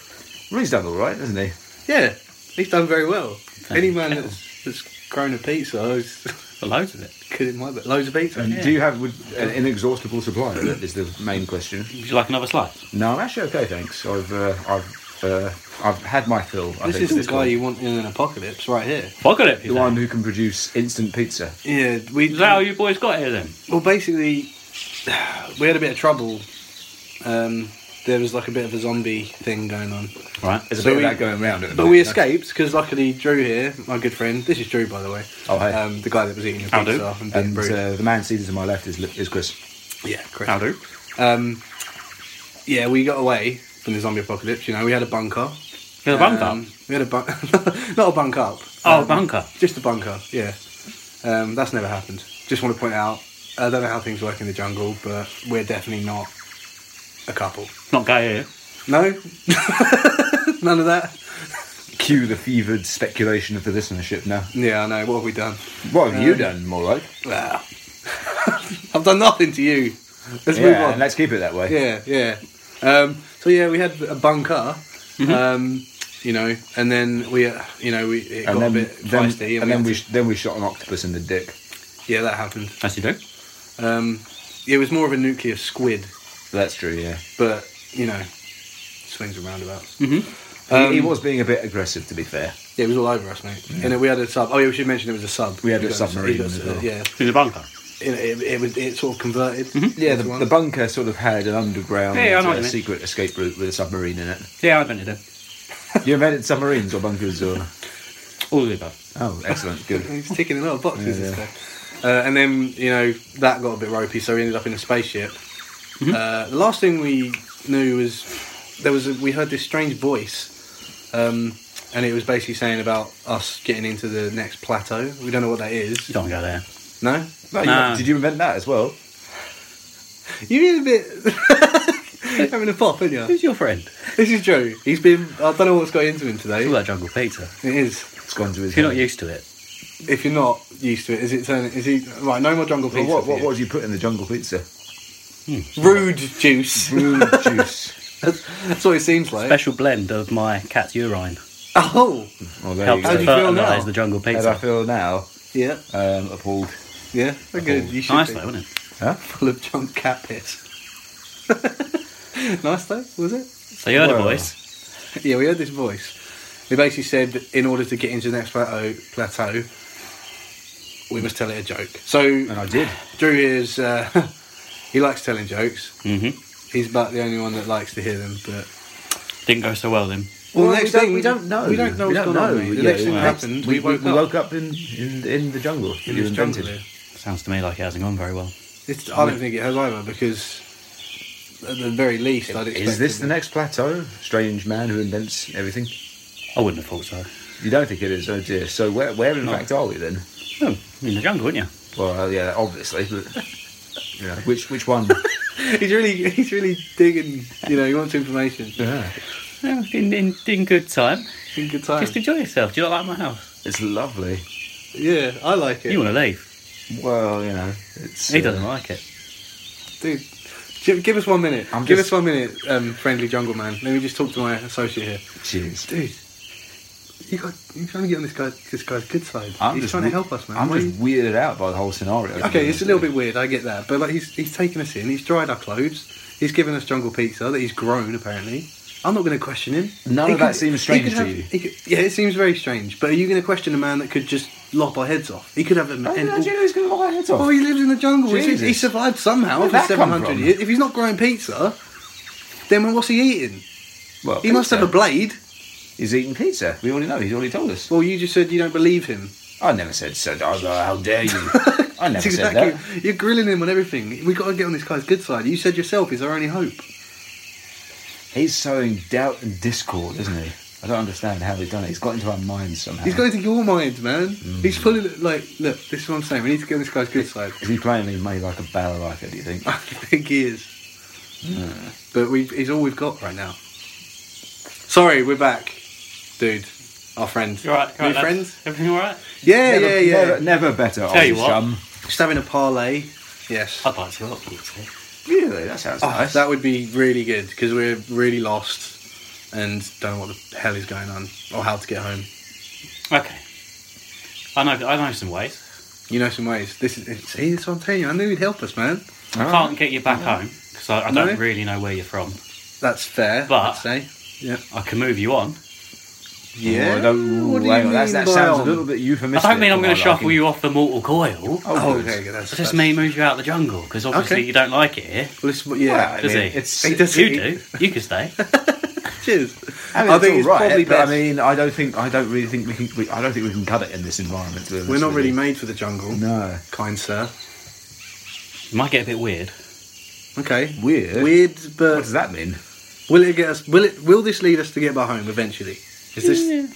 Speaker 2: Well, he's done all right, hasn't he?
Speaker 5: Yeah, he's done very well. Any
Speaker 8: you.
Speaker 5: man that's, that's grown a pizza, I was
Speaker 8: Got loads of it.
Speaker 5: kidding my bit. Loads of pizza.
Speaker 2: And Do you have would, an inexhaustible supply? of it is the main question.
Speaker 8: Would you like another slice?
Speaker 2: No, I'm actually okay, thanks. I've uh, I've uh, I've had my fill. I
Speaker 5: This
Speaker 2: think,
Speaker 5: is the
Speaker 2: this
Speaker 5: guy
Speaker 2: one.
Speaker 5: you want in an apocalypse, right here.
Speaker 8: Fuck it.
Speaker 2: the one who can produce instant pizza.
Speaker 5: Yeah, we.
Speaker 8: Is that how you boys got here then?
Speaker 5: Well, basically, we had a bit of trouble. Um, there was like a bit of a zombie thing going on,
Speaker 8: Right.
Speaker 2: There's a
Speaker 5: So
Speaker 2: bit
Speaker 5: we-
Speaker 2: of that going round at the
Speaker 5: but
Speaker 2: moment.
Speaker 5: we escaped because luckily Drew here, my good friend. This is Drew, by the way.
Speaker 2: Oh, hey.
Speaker 5: um, the guy that was eating your
Speaker 8: How do?
Speaker 5: pizza and being
Speaker 2: And
Speaker 5: rude.
Speaker 2: uh, the man seated to my left is is Chris.
Speaker 5: yeah, correct.
Speaker 8: How do?
Speaker 5: Um, yeah, we got away from the zombie apocalypse. You know, we had a bunker.
Speaker 8: You're the bunker.
Speaker 5: Um, we had a bunk, not a bunk up.
Speaker 8: oh,
Speaker 5: Um,
Speaker 8: bunker.
Speaker 5: Just a bunker. Yeah, um, that's never happened. Just want to point out. I don't know how things work in the jungle, but we're definitely not a couple.
Speaker 8: Not gay here.
Speaker 5: No, none of that.
Speaker 2: Cue the fevered speculation of the listenership now.
Speaker 5: Yeah, I know. What have we done?
Speaker 2: What have
Speaker 5: Um,
Speaker 2: you done, more like?
Speaker 5: Ah. I've done nothing to you. Let's
Speaker 2: yeah,
Speaker 5: move on.
Speaker 2: and let's keep it that way.
Speaker 5: Yeah, yeah. Um, so yeah, we had a bunker,
Speaker 2: Mm-hmm.
Speaker 5: um, you know, and then we, uh, you know, we it
Speaker 2: And
Speaker 5: got
Speaker 2: then,
Speaker 5: a bit
Speaker 2: then,
Speaker 5: feisty,
Speaker 2: and then
Speaker 5: had
Speaker 2: we
Speaker 5: to-
Speaker 2: sh- then we shot an octopus in the dick.
Speaker 5: yeah, that happened.
Speaker 8: As you do.
Speaker 5: Um, it was more of a nuclear squid,
Speaker 2: That's true. Yeah,
Speaker 5: but you know, swings and roundabouts.
Speaker 2: Mm-hmm. he,
Speaker 5: Um,
Speaker 2: he was being a bit aggressive, to be fair.
Speaker 5: Yeah, it was all over us, mate. And then we had a sub. Oh, yeah, we should mention it was a sub.
Speaker 2: We had a
Speaker 5: got
Speaker 2: submarine
Speaker 5: got
Speaker 2: as well.
Speaker 5: Yeah,
Speaker 8: Through the bunker.
Speaker 5: it, it, it was it sort of converted.
Speaker 2: Mm-hmm. Yeah, the,
Speaker 5: into one.
Speaker 2: the bunker sort of had an underground
Speaker 8: Yeah, I know what
Speaker 2: uh,
Speaker 8: you mean.
Speaker 2: secret escape route with a submarine in it.
Speaker 8: Yeah, I invented it.
Speaker 2: You invented submarines or bunkers or?
Speaker 8: All of the above.
Speaker 2: Oh, excellent, good.
Speaker 5: He's ticking a lot of boxes
Speaker 2: Yeah,
Speaker 5: this
Speaker 2: yeah.
Speaker 5: guy. Uh, and then you know that got a bit ropey, so we ended up in a spaceship. Uh, the last thing we knew was there was a, we heard this strange voice, um, and it was basically saying about us getting into the next plateau. We don't know what that
Speaker 8: You
Speaker 5: is.
Speaker 8: don't go there.
Speaker 5: No,
Speaker 2: No, you-
Speaker 8: Nah.
Speaker 2: Did you invent that as well?
Speaker 5: you need a bit having a pop, aren't you?
Speaker 8: Who's your friend?
Speaker 5: This is Joe. He's been I don't know what's got into him today.
Speaker 8: All
Speaker 5: It
Speaker 8: that jungle pizza.
Speaker 5: is.
Speaker 2: It's gone to his.
Speaker 8: If you're not
Speaker 2: head.
Speaker 8: used to it,
Speaker 5: If you're not used to it, is it turning? Is he right? No more jungle
Speaker 2: Well,
Speaker 5: pizza.
Speaker 2: what
Speaker 5: for
Speaker 2: what
Speaker 5: you.
Speaker 2: what did you put in the jungle pizza?
Speaker 5: Rude juice.
Speaker 2: Brew juice.
Speaker 5: That's what it seems like.
Speaker 8: special blend of my cat's urine
Speaker 5: Oh,
Speaker 2: Oh, there you
Speaker 8: helps
Speaker 2: go.
Speaker 5: How do
Speaker 8: to
Speaker 5: you feel now?
Speaker 8: fertilise the jungle
Speaker 2: How do I
Speaker 8: pizza.
Speaker 2: feel now?
Speaker 5: yeah,
Speaker 2: Um, appalled.
Speaker 5: yeah. They're good. You should
Speaker 8: Nice
Speaker 5: be
Speaker 8: though, isn't it?
Speaker 2: Huh?
Speaker 5: full of junk cat piss. nice though, was it?
Speaker 8: So you heard a
Speaker 2: Well.
Speaker 8: voice.
Speaker 5: Yeah, we heard this voice. It basically said, in order to get into the next plateau, plateau, we must tell it a joke.
Speaker 2: And
Speaker 5: So
Speaker 2: I did.
Speaker 5: Drew is uh, he likes telling jokes.
Speaker 8: Mm-hmm.
Speaker 5: He's about the only one that likes to hear them, but.
Speaker 8: Didn't go so well then.
Speaker 5: Well,
Speaker 2: Well,
Speaker 5: the next
Speaker 2: we don't-
Speaker 5: thing
Speaker 2: we don't know.
Speaker 5: We don't know
Speaker 2: We
Speaker 5: what's
Speaker 2: don't
Speaker 5: going on.
Speaker 2: know.
Speaker 5: mate. The
Speaker 2: Yeah,
Speaker 5: next thing
Speaker 2: well,
Speaker 5: that happened. We, woke up.
Speaker 2: in, in in the jungle. that
Speaker 5: in
Speaker 2: you
Speaker 5: this jungle
Speaker 2: invented.
Speaker 5: here.
Speaker 8: Sounds to me like it hasn't gone very well.
Speaker 5: It's, I don't think it has either because, at the very least, I'd expect.
Speaker 2: Is this the next plateau? Strange man who invents everything.
Speaker 8: I wouldn't have thought so.
Speaker 2: You don't think it is? Oh dear. So where where in
Speaker 8: No.
Speaker 2: fact are we then?
Speaker 8: Oh, in the jungle, wouldn't you?
Speaker 2: Well, uh, yeah, obviously. But, yeah. Which which one?
Speaker 5: He's really, he's really digging. You know, he wants information.
Speaker 2: yeah.
Speaker 8: Yeah, in, in, in good time.
Speaker 5: In good time.
Speaker 8: Just enjoy yourself. Do you not like my house?
Speaker 2: It's lovely.
Speaker 5: Yeah, I like it.
Speaker 8: You want to leave.
Speaker 2: Well, you know, it's.
Speaker 8: He
Speaker 2: uh,
Speaker 8: doesn't like it.
Speaker 5: Dude, gi- give us one minute.
Speaker 2: I'm
Speaker 5: give
Speaker 2: just-
Speaker 5: us one minute, um, friendly jungle man. Let me just talk to my associate here,
Speaker 2: uh, Cheers.
Speaker 5: dude. You got, you're trying to get on this guy, this guy's good side.
Speaker 2: I'm
Speaker 5: he's
Speaker 2: just
Speaker 5: trying to
Speaker 2: we-
Speaker 5: help us, man.
Speaker 2: I'm
Speaker 5: Why
Speaker 2: just weirded out by the whole scenario.
Speaker 5: you- okay, it's a little bit weird. I get that, but like, he's he's taken us in. He's dried our clothes. He's given us jungle pizza that he's grown apparently. I'm not going to question him.
Speaker 2: None
Speaker 5: He
Speaker 2: of that
Speaker 5: could-
Speaker 2: seems
Speaker 5: he
Speaker 2: strange
Speaker 5: could
Speaker 2: to
Speaker 5: have-
Speaker 2: you.
Speaker 5: he could- yeah, it seems very strange. But are you going to question a man that could just lop our heads off? He could have a.
Speaker 2: Oh,
Speaker 5: an-
Speaker 2: yeah, do you know he's going to my head off?
Speaker 5: Oh, he lives in the jungle. He-
Speaker 2: Jesus.
Speaker 5: He survived somehow
Speaker 2: Where'd
Speaker 5: for
Speaker 2: that come
Speaker 5: 700
Speaker 2: from?
Speaker 5: years. If he's not growing pizza, then what's he eating?
Speaker 2: well,
Speaker 5: He must have
Speaker 2: pizza.
Speaker 5: a blade.
Speaker 2: He's eating pizza. We already know. He's already told us.
Speaker 5: Well, you just said you don't believe him.
Speaker 2: I never said so. I was like, how dare you? I never
Speaker 5: That's
Speaker 2: said
Speaker 5: exactly.
Speaker 2: that.
Speaker 5: You're grilling him on everything. We've got to get on this guy's good side. You said yourself he's our only hope.
Speaker 2: He's sowing doubt and discord, isn't he? I don't understand how they've done it. He's got into our minds somehow.
Speaker 5: He's going to your mind, man. He's pulling it like, look, this is what I'm saying. We need to get on this guy's good side.
Speaker 2: Is he playing me money like a balalaika, do you think?
Speaker 5: I think he is. But we he's all we've got right now. Sorry, we're back, dude. Our friend.
Speaker 8: You alright? You
Speaker 5: New
Speaker 8: alright, lads?
Speaker 5: friends?
Speaker 8: Everything alright?
Speaker 5: Yeah,
Speaker 2: Never,
Speaker 5: yeah, yeah.
Speaker 2: Never, never better.
Speaker 8: Tell you
Speaker 2: old
Speaker 8: what.
Speaker 2: chum.
Speaker 5: Just having a parlay. Yes.
Speaker 8: I'd like to go up to you today.
Speaker 2: Really, Ah, that sounds
Speaker 5: Oh,
Speaker 2: nice.
Speaker 5: That would be really good because we're really lost and don't know what the hell is going on or how to get home.
Speaker 8: Okay. I know, I know some ways.
Speaker 5: You know some ways. This is see, this is what I'm telling you. I knew he'd help us, man.
Speaker 8: I can't get you back home because I, I
Speaker 5: No?
Speaker 8: don't really know where you're from.
Speaker 5: That's fair.
Speaker 8: But-
Speaker 5: I'd say.
Speaker 8: I can move you on.
Speaker 5: Yeah.
Speaker 2: Oh, no,
Speaker 5: What do
Speaker 2: hang
Speaker 5: you
Speaker 2: on, that's-
Speaker 5: mean
Speaker 2: that
Speaker 5: by
Speaker 2: sounds
Speaker 5: on?
Speaker 2: a little bit
Speaker 8: I
Speaker 2: euphemistic.
Speaker 8: don't mean I'm
Speaker 2: for
Speaker 8: going
Speaker 2: my
Speaker 8: to shuffle
Speaker 2: liking.
Speaker 8: you off the mortal coil.
Speaker 5: Oh,
Speaker 2: good.
Speaker 5: okay. That's, that's
Speaker 8: It just me move you out of the jungle because obviously
Speaker 5: Okay.
Speaker 8: you don't like it here.
Speaker 5: Well, it's- yeah.
Speaker 2: I
Speaker 8: Does
Speaker 2: mean,
Speaker 8: he?
Speaker 2: it's-
Speaker 5: He does-
Speaker 8: You do. You can stay.
Speaker 5: Cheers.
Speaker 2: I, mean,
Speaker 5: I
Speaker 2: it's
Speaker 5: think
Speaker 2: all
Speaker 5: it's
Speaker 2: right,
Speaker 5: probably
Speaker 2: but
Speaker 5: best.
Speaker 2: I mean, I don't think I don't really think we can. We, I don't think we can cut it in this environment. to be honest
Speaker 5: We're not
Speaker 2: with
Speaker 5: really
Speaker 2: you.
Speaker 5: made for the jungle.
Speaker 2: No.
Speaker 5: Kind sir.
Speaker 8: It might get a bit weird.
Speaker 5: Okay.
Speaker 2: Weird.
Speaker 5: Weird, but
Speaker 2: What does that mean?
Speaker 5: will it get us? Will it? Will this lead us to get by home eventually? Is this? You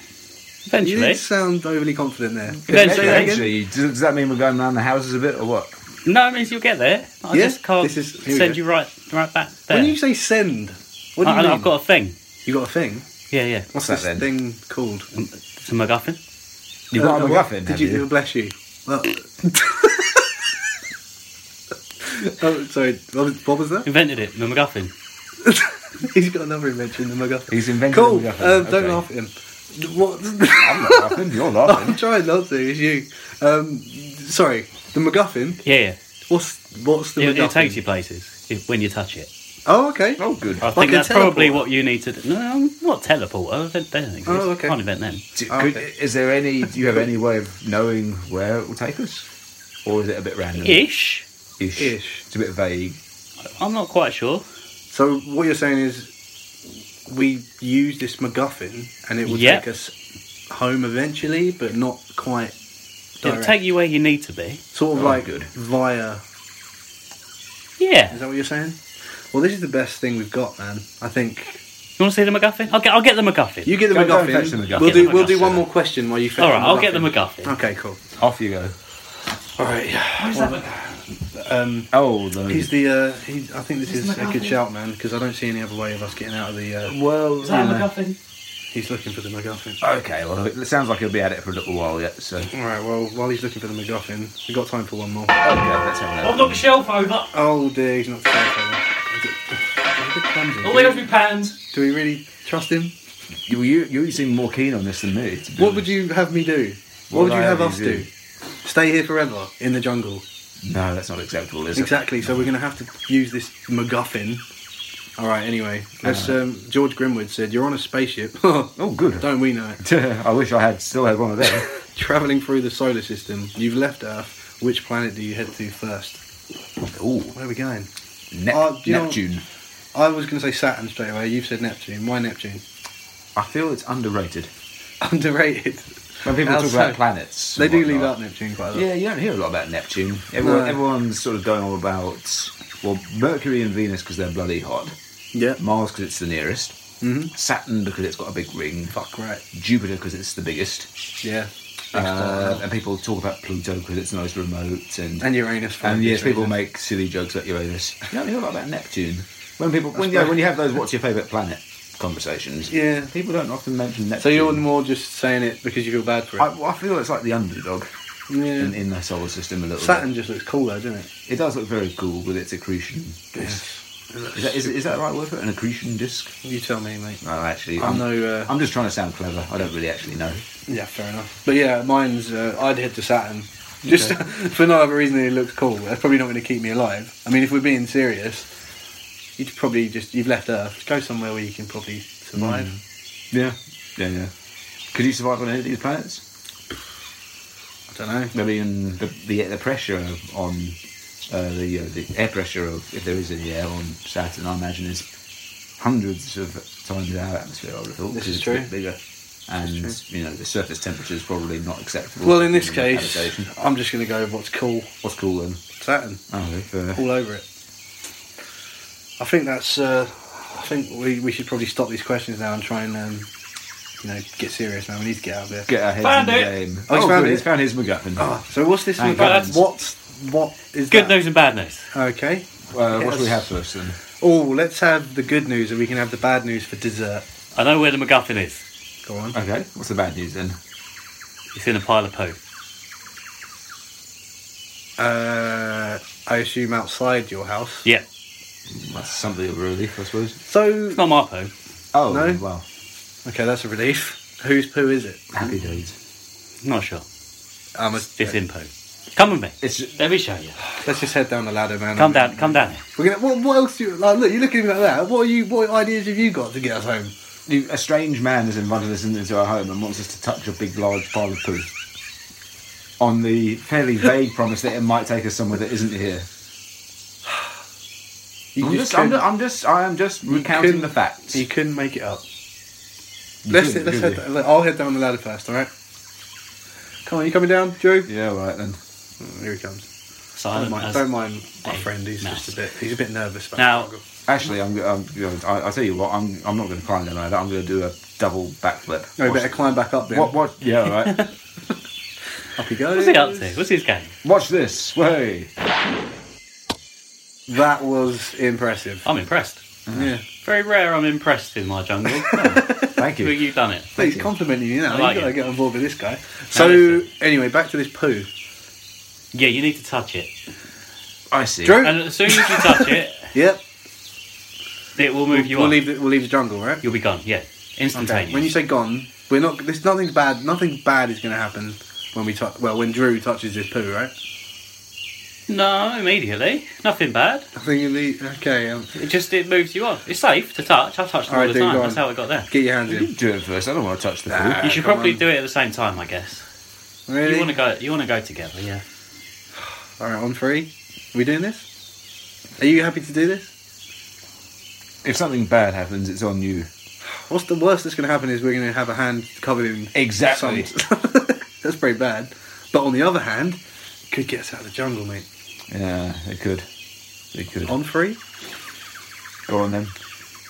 Speaker 8: Eventually.
Speaker 5: didn't sound overly confident there.
Speaker 8: Eventually.
Speaker 5: that again?
Speaker 2: Eventually, does, does that mean we're going around the houses a bit or what?
Speaker 8: No, it means you'll get there. I
Speaker 5: Yeah,
Speaker 8: just can't
Speaker 5: this is- here we
Speaker 8: send
Speaker 5: go.
Speaker 8: you right right back there.
Speaker 5: When you say send, what do you
Speaker 8: I,
Speaker 5: mean?
Speaker 8: I've got a thing.
Speaker 5: You got a thing.
Speaker 8: Yeah, yeah. Um,
Speaker 5: What's
Speaker 2: that
Speaker 5: this
Speaker 2: then?
Speaker 5: thing called?
Speaker 8: It's a MacGuffin.
Speaker 2: You got
Speaker 5: Uh,
Speaker 2: a
Speaker 5: what-
Speaker 2: MacGuffin,
Speaker 5: Did
Speaker 2: have
Speaker 5: you,
Speaker 2: you?
Speaker 5: Bless you. Well. oh, sorry. What was, what was that?
Speaker 8: Invented it, the MacGuffin.
Speaker 5: He's got another invention, the MacGuffin.
Speaker 2: He's invented
Speaker 5: Cool.
Speaker 2: a MacGuffin,
Speaker 5: Uh, Don't
Speaker 2: okay.
Speaker 5: laugh at him. What?
Speaker 2: I'm not laughing. You're
Speaker 5: I'm
Speaker 2: laughing.
Speaker 5: trying not to. It's you. Um, sorry. The MacGuffin.
Speaker 8: Yeah, yeah.
Speaker 5: What's what's the
Speaker 8: It,
Speaker 5: MacGuffin?
Speaker 8: it takes you places if, when you touch it.
Speaker 5: Oh, okay.
Speaker 2: oh, good.
Speaker 8: I
Speaker 5: Like
Speaker 8: think
Speaker 5: a
Speaker 8: that's probably
Speaker 5: teleporter.
Speaker 8: what you need to do. No, what teleporter? They, they don't exist.
Speaker 5: Oh, okay.
Speaker 8: Can't invent them.
Speaker 2: Do-
Speaker 5: Oh,
Speaker 2: could-
Speaker 5: okay.
Speaker 2: Is there any? Do you have any way of knowing where it will take us, or is it a bit random?
Speaker 8: Ish.
Speaker 2: Ish.
Speaker 5: Ish.
Speaker 2: It's a bit vague.
Speaker 8: I'm not quite sure.
Speaker 5: So what you're saying is, we use this MacGuffin, and it will
Speaker 8: Yep.
Speaker 5: take us home eventually, but not quite.
Speaker 8: It'll
Speaker 5: direct.
Speaker 8: take you where you need to be.
Speaker 5: sort of
Speaker 2: Oh,
Speaker 5: like
Speaker 2: good.
Speaker 5: via.
Speaker 8: Yeah.
Speaker 5: Is that what you're saying? Well, this is the best thing we've got, man. I think
Speaker 8: You want to see the MacGuffin? I'll get, I'll get the MacGuffin.
Speaker 5: you get the
Speaker 2: Go- go
Speaker 5: MacGuffin.
Speaker 2: and fetch the MacGuffin.
Speaker 5: We'll do.
Speaker 8: Get the
Speaker 5: We'll do
Speaker 8: MacGuffin.
Speaker 5: one more question while you fetch.
Speaker 8: All right, I'll get the MacGuffin.
Speaker 5: Okay, cool.
Speaker 2: Off you go.
Speaker 5: All right.
Speaker 2: Oh, the
Speaker 5: He's the. Uh, he's, I think this is a good shout, man, because I don't see any other way of us getting out of the. Uh,
Speaker 2: well.
Speaker 8: Is that
Speaker 2: you
Speaker 8: a
Speaker 2: know.
Speaker 8: MacGuffin?
Speaker 5: he's looking for the MacGuffin.
Speaker 2: Okay, well, it sounds like he'll be at it for a little while yet, so. Okay,
Speaker 5: All right. Well, while he's looking for the MacGuffin, we have got time for one more.
Speaker 2: let's have
Speaker 8: I've
Speaker 2: another.
Speaker 8: knocked the shelf over.
Speaker 5: Oh dear, he's not the same
Speaker 8: All they got to be pans.
Speaker 5: Do we really trust him?
Speaker 2: You, you, you seem more keen on this than me. To be
Speaker 5: What would you have me do?
Speaker 2: What
Speaker 5: What would you
Speaker 2: would I
Speaker 5: have
Speaker 2: have
Speaker 5: us
Speaker 2: you do?
Speaker 5: do? Stay here forever in the jungle.
Speaker 2: honest. No, that's not acceptable, is
Speaker 5: Exactly. So we're going to have to use this MacGuffin. All right. Anyway, as um, George Grimwood said, you're on a spaceship.
Speaker 2: it? Uh. Oh, good.
Speaker 5: Don't we know it?
Speaker 2: I wish I had still had one of them.
Speaker 5: Traveling through the solar system, you've left Earth. Which planet do you head to first?
Speaker 2: Ooh,
Speaker 5: Where are we going?
Speaker 2: Nep-
Speaker 5: Oh, do you know-
Speaker 2: Neptune.
Speaker 5: I was going to say Saturn straight away. You've said Neptune. Why Neptune?
Speaker 2: I feel it's underrated.
Speaker 5: Underrated.
Speaker 2: When people
Speaker 5: How
Speaker 2: talk
Speaker 5: so?
Speaker 2: about planets,
Speaker 5: They
Speaker 2: and
Speaker 5: do leave
Speaker 2: whatnot.
Speaker 5: out Neptune quite a lot.
Speaker 2: Yeah, you don't hear a lot about Neptune. Everyone,
Speaker 5: No.
Speaker 2: Everyone's sort of going on about, well, Mercury and Venus because they're bloody hot.
Speaker 5: Yeah.
Speaker 2: Mars because it's the nearest. Mm-hmm. Saturn because it's got a big ring.
Speaker 5: Fuck right.
Speaker 2: Jupiter because it's the biggest.
Speaker 5: Yeah.
Speaker 2: Uh, and people talk about Pluto because it's nice remote and
Speaker 5: and Uranus. for
Speaker 2: and yes,
Speaker 5: obvious
Speaker 2: people
Speaker 5: reasons.
Speaker 2: make silly jokes about Uranus. You don't hear a lot about Neptune. When people when you, know, when you have those what's your favourite planet conversations,
Speaker 5: Yeah.
Speaker 2: people don't often mention Neptune.
Speaker 5: So you're more just saying it because you feel bad for it.
Speaker 2: I, well, I feel it's like the underdog
Speaker 5: yeah.
Speaker 2: in, in the solar system a little
Speaker 5: Saturn just looks cool though, doesn't it?
Speaker 2: bit. It does look very cool with its accretion disc. Is that, is, is that the right word for it? An accretion disc?
Speaker 5: You tell me, mate.
Speaker 2: No, actually,
Speaker 5: I'm
Speaker 2: I'm,
Speaker 5: no, uh,
Speaker 2: I'm just trying to sound clever. I don't really actually know.
Speaker 5: Yeah, fair enough. But yeah, mine's uh, I'd head to Saturn. Just for no other reason than it looks cool. That's probably not going to keep me alive. I mean, if we're being serious, you'd probably just you've left Earth. Go somewhere where you can probably survive.
Speaker 2: Yeah, yeah, yeah. Could you survive on any of these planets?
Speaker 5: I don't know.
Speaker 2: I mean, the the, the pressure on uh, the uh, the air pressure of if there is any air on Saturn, I imagine is hundreds of times our atmosphere. I would have thought.
Speaker 5: This
Speaker 2: 'cause
Speaker 5: is
Speaker 2: it's a bit
Speaker 5: true.
Speaker 2: Bigger. And you know the surface temperature is probably not acceptable.
Speaker 5: Well, in this
Speaker 2: for
Speaker 5: case,
Speaker 2: habitation.
Speaker 5: I'm just going to go with what's cool.
Speaker 2: what's cool then?
Speaker 5: Saturn,
Speaker 2: Oh, if, uh,
Speaker 5: all over it. I think that's. Uh, I think we, we should probably stop these questions now and try and um, you know get serious, man. We need to get out of here.
Speaker 2: get our heads
Speaker 8: Found
Speaker 2: in the
Speaker 8: it!
Speaker 2: game.
Speaker 5: Oh, he's found
Speaker 2: good,
Speaker 5: it.
Speaker 2: He's found his MacGuffin.
Speaker 5: Ah, so what's this?
Speaker 2: Thank
Speaker 5: about?
Speaker 2: God.
Speaker 5: What's what is
Speaker 8: Good
Speaker 5: that?
Speaker 8: news and bad news.
Speaker 5: Okay.
Speaker 2: uh, what
Speaker 5: yes.
Speaker 2: do we have first then?
Speaker 5: Oh, let's have the good news and we can have the bad news for dessert.
Speaker 8: I know where the MacGuffin is.
Speaker 5: Go on.
Speaker 2: Okay, what's the bad news then?
Speaker 8: It's in a pile of poo.
Speaker 5: Uh, I assume outside your house.
Speaker 8: Yeah,
Speaker 2: That's something of a relief, I suppose.
Speaker 5: So,
Speaker 8: it's not my poo.
Speaker 2: Oh,
Speaker 5: No?
Speaker 2: well,
Speaker 5: okay, that's a relief. Whose poo is it?
Speaker 2: happy days.
Speaker 8: I'm not sure.
Speaker 5: I'm a,
Speaker 8: It's in poo. Come with me.
Speaker 2: It's just,
Speaker 8: Let me show you.
Speaker 5: Let's just head down the ladder, man.
Speaker 8: Come down. Come down. here.
Speaker 5: We're gonna, what, what else do you like? Look, you're looking at me like that. What are you? What ideas have you got to get us home?
Speaker 2: you, a strange man has invited us into our home and wants us to touch a big, large pile of poo. On the fairly vague promise that it might take us somewhere that isn't here.
Speaker 5: You
Speaker 2: I'm just, I'm
Speaker 5: couldn't-
Speaker 2: just, I'm just, I am just recounting
Speaker 5: couldn't-
Speaker 2: the facts.
Speaker 5: you couldn't make it up. Let's,
Speaker 2: couldn't,
Speaker 5: let's
Speaker 2: could
Speaker 5: head, look, I'll head down the ladder first. All right. Come on, you coming down, Drew?
Speaker 2: Yeah, all right then.
Speaker 5: Oh, here he comes. Don't
Speaker 8: Silent
Speaker 5: mind,
Speaker 8: as-
Speaker 5: don't mind Oh my
Speaker 8: Hey,
Speaker 5: friend. He's
Speaker 8: nice.
Speaker 5: just a bit. He's a bit nervous. About
Speaker 8: Now-
Speaker 5: the jungle.
Speaker 2: Actually, I'm, um, I'm, you know, I, I tell you what, I'm, I'm not going to climb down either. I'm going to do a double backflip.
Speaker 5: no, you
Speaker 2: Watch-
Speaker 5: better climb back up. Then.
Speaker 2: What? What? Yeah, all right.
Speaker 5: Up he goes.
Speaker 8: What's he up to? What's his game?
Speaker 2: Watch this. Way.
Speaker 5: That was impressive.
Speaker 8: I'm impressed.
Speaker 5: Yeah.
Speaker 8: Very rare. I'm impressed in my jungle.
Speaker 2: Thank
Speaker 8: Well,
Speaker 2: you.
Speaker 8: You've done it.
Speaker 5: He's complimenting you now.
Speaker 8: I like
Speaker 5: you got to
Speaker 8: it.
Speaker 5: get on board with this guy. So
Speaker 8: listen.
Speaker 5: anyway, back to this poo.
Speaker 8: Yeah, you need to touch it.
Speaker 2: I see.
Speaker 5: Drew.
Speaker 8: And as soon as you touch it,
Speaker 5: Yep.
Speaker 8: it will move you
Speaker 5: we'll
Speaker 8: on.
Speaker 5: leave. The, we'll leave the jungle, right?
Speaker 8: You'll be gone. Yeah,
Speaker 5: Okay.
Speaker 8: instantaneous.
Speaker 5: When you say gone, we're not. There's nothing bad. Nothing bad is going to happen when we touch. Well, when Drew touches his poo, right?
Speaker 8: No, immediately. Nothing bad.
Speaker 5: I think in the okay. Um,
Speaker 8: It just it moves you on. It's safe to touch. I touched it all,
Speaker 5: Alright,
Speaker 8: the
Speaker 5: dude,
Speaker 8: time.
Speaker 5: go
Speaker 8: That's
Speaker 5: on.
Speaker 8: how it got there.
Speaker 5: get your hands
Speaker 2: You
Speaker 5: in.
Speaker 2: do it first. I don't want to touch the food.
Speaker 5: Nah.
Speaker 8: You should
Speaker 5: come
Speaker 8: probably
Speaker 5: on.
Speaker 8: do it at the same time, I guess.
Speaker 5: Really?
Speaker 8: You want to go. You want to go together, yeah.
Speaker 5: All right, on three. Are we doing this? Are you happy to do this?
Speaker 2: If something bad happens, it's on you.
Speaker 5: What's the worst that's going to happen is we're going to have a hand covered in
Speaker 2: Exactly.
Speaker 5: sums. that's pretty bad. But on the other hand, it could get us out of the jungle, mate.
Speaker 2: Yeah, it could. It could.
Speaker 5: On three.
Speaker 2: Go on then.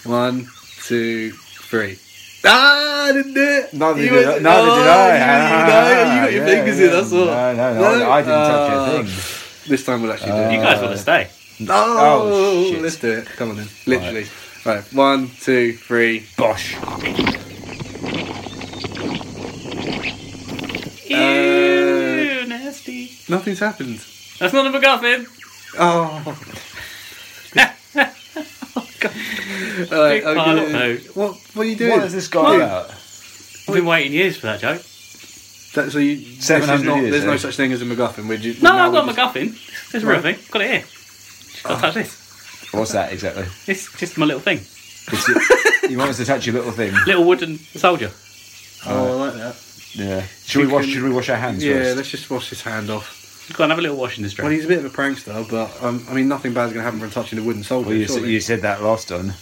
Speaker 5: One, two, three. Ah, I didn't do it.
Speaker 2: Neither
Speaker 5: You
Speaker 2: did,
Speaker 5: went-
Speaker 2: I- neither
Speaker 5: Oh,
Speaker 2: did I.
Speaker 5: You, you know, you got your
Speaker 2: Yeah,
Speaker 5: fingers in,
Speaker 2: yeah.
Speaker 5: that's all.
Speaker 2: No, no, no. I, I didn't touch a
Speaker 5: Ah.
Speaker 2: thing. Uh,
Speaker 5: This time we'll actually do
Speaker 8: You
Speaker 5: it.
Speaker 8: guys want to stay?
Speaker 5: No,
Speaker 2: Oh, shit.
Speaker 5: let's do it. Come on then. Literally. Right. One, two, three.
Speaker 2: Bosh.
Speaker 5: uh,
Speaker 8: Ew, nasty.
Speaker 5: Nothing's happened.
Speaker 8: That's not a MacGuffin.
Speaker 5: Oh. All right,
Speaker 8: Big pile of
Speaker 5: okay.
Speaker 8: poo.
Speaker 5: What? What are you doing?
Speaker 2: What is this guy about?
Speaker 8: I've been waiting years for that joke.
Speaker 5: That, so you?
Speaker 2: 700
Speaker 5: Seven hundred not,
Speaker 2: years,
Speaker 5: There's no
Speaker 2: eh?
Speaker 5: such thing as a MacGuffin. Would you?
Speaker 8: No,
Speaker 5: now
Speaker 8: I've got a
Speaker 5: we're
Speaker 8: MacGuffin. There's a real thing. Got it here. Just
Speaker 5: Ah.
Speaker 8: gotta touch this.
Speaker 2: What's that exactly?
Speaker 8: It's just my little thing.
Speaker 2: It's your- you want us to touch your little thing?
Speaker 8: Little wooden soldier.
Speaker 5: just- Oh, I like that.
Speaker 2: Yeah. Should we
Speaker 5: You
Speaker 2: wash?
Speaker 5: can-
Speaker 2: Should we wash our hands
Speaker 5: Yeah,
Speaker 2: first?
Speaker 5: let's just wash his hand off.
Speaker 8: Go and have a little wash in this
Speaker 5: Well,
Speaker 8: drink.
Speaker 5: he's a bit of a prankster, but um, I mean, nothing bad's going to happen from touching a wooden soldier.
Speaker 2: Well, you, said,
Speaker 5: surely.
Speaker 2: you said that last time.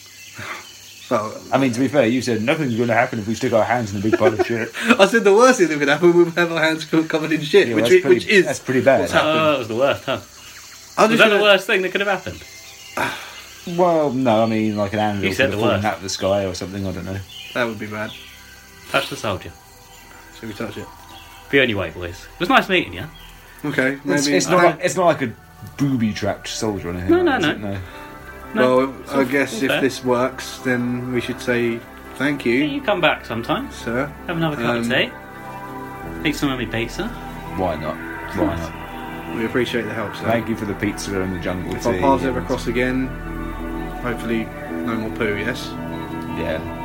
Speaker 5: Well,
Speaker 2: I mean, to be fair, you said nothing's going to happen if we stick our hands in a big pile of shit.
Speaker 5: I said the worst thing that could happen. We would have our hands co- covered in shit,
Speaker 2: Yeah,
Speaker 5: which,
Speaker 2: that's
Speaker 5: we-
Speaker 2: pretty-
Speaker 5: which is
Speaker 2: that's pretty bad.
Speaker 5: What's happened.
Speaker 8: Oh, that was the worst, huh?
Speaker 5: I'm
Speaker 8: Was
Speaker 5: just
Speaker 8: that
Speaker 5: gonna-
Speaker 8: the worst thing that could have happened?
Speaker 2: Well, no, I mean like an anvil
Speaker 8: You said
Speaker 2: could have
Speaker 8: the
Speaker 2: fallen
Speaker 8: worst.
Speaker 2: out of the sky or something. I don't know.
Speaker 5: That would be bad.
Speaker 8: Touch the soldier.
Speaker 5: Should we touch it?
Speaker 8: Be on your way, boys. It was nice meeting you.
Speaker 5: Okay, maybe.
Speaker 2: It's, it's not. Like, it's not like a booby-trapped soldier or anything.
Speaker 8: No,
Speaker 2: like
Speaker 8: no,
Speaker 2: that, is
Speaker 8: no.
Speaker 2: it?
Speaker 5: well, I guess
Speaker 8: it's
Speaker 5: if
Speaker 8: fair.
Speaker 5: this works, then we should say thank
Speaker 8: You
Speaker 5: you,
Speaker 8: come back sometimes.
Speaker 5: sir.
Speaker 8: Have another cup
Speaker 5: Um,
Speaker 8: of tea. Eat some of my pizza.
Speaker 2: Why not? Why
Speaker 8: Nice.
Speaker 2: not?
Speaker 5: We appreciate the help, sir.
Speaker 2: Thank you for the pizza and the jungle
Speaker 5: if
Speaker 2: tea.
Speaker 5: our paths
Speaker 2: and-
Speaker 5: ever cross again, hopefully no more poo. Yes,
Speaker 2: Yeah.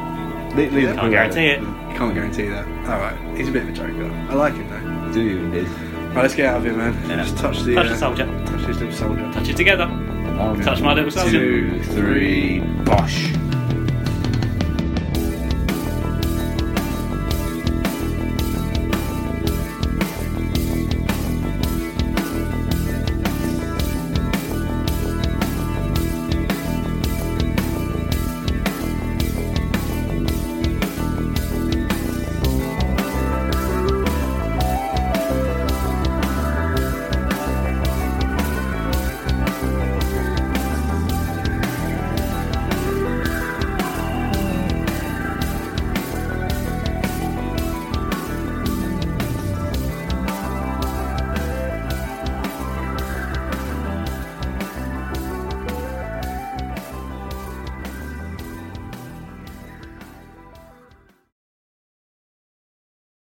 Speaker 2: Le- leave the
Speaker 8: Can't
Speaker 2: poo out.
Speaker 8: guarantee it.
Speaker 5: can't guarantee that. All right, he's a bit of a joker. I like him though.
Speaker 2: Do you indeed?
Speaker 5: All right, let's get out of here, man.
Speaker 8: Yeah.
Speaker 5: Just touch the
Speaker 8: Touch the
Speaker 5: uh,
Speaker 8: soldier.
Speaker 5: touch this little soldier.
Speaker 8: Touch it together.
Speaker 2: Um,
Speaker 8: Touch my little soldier.
Speaker 2: Two, three, bosh.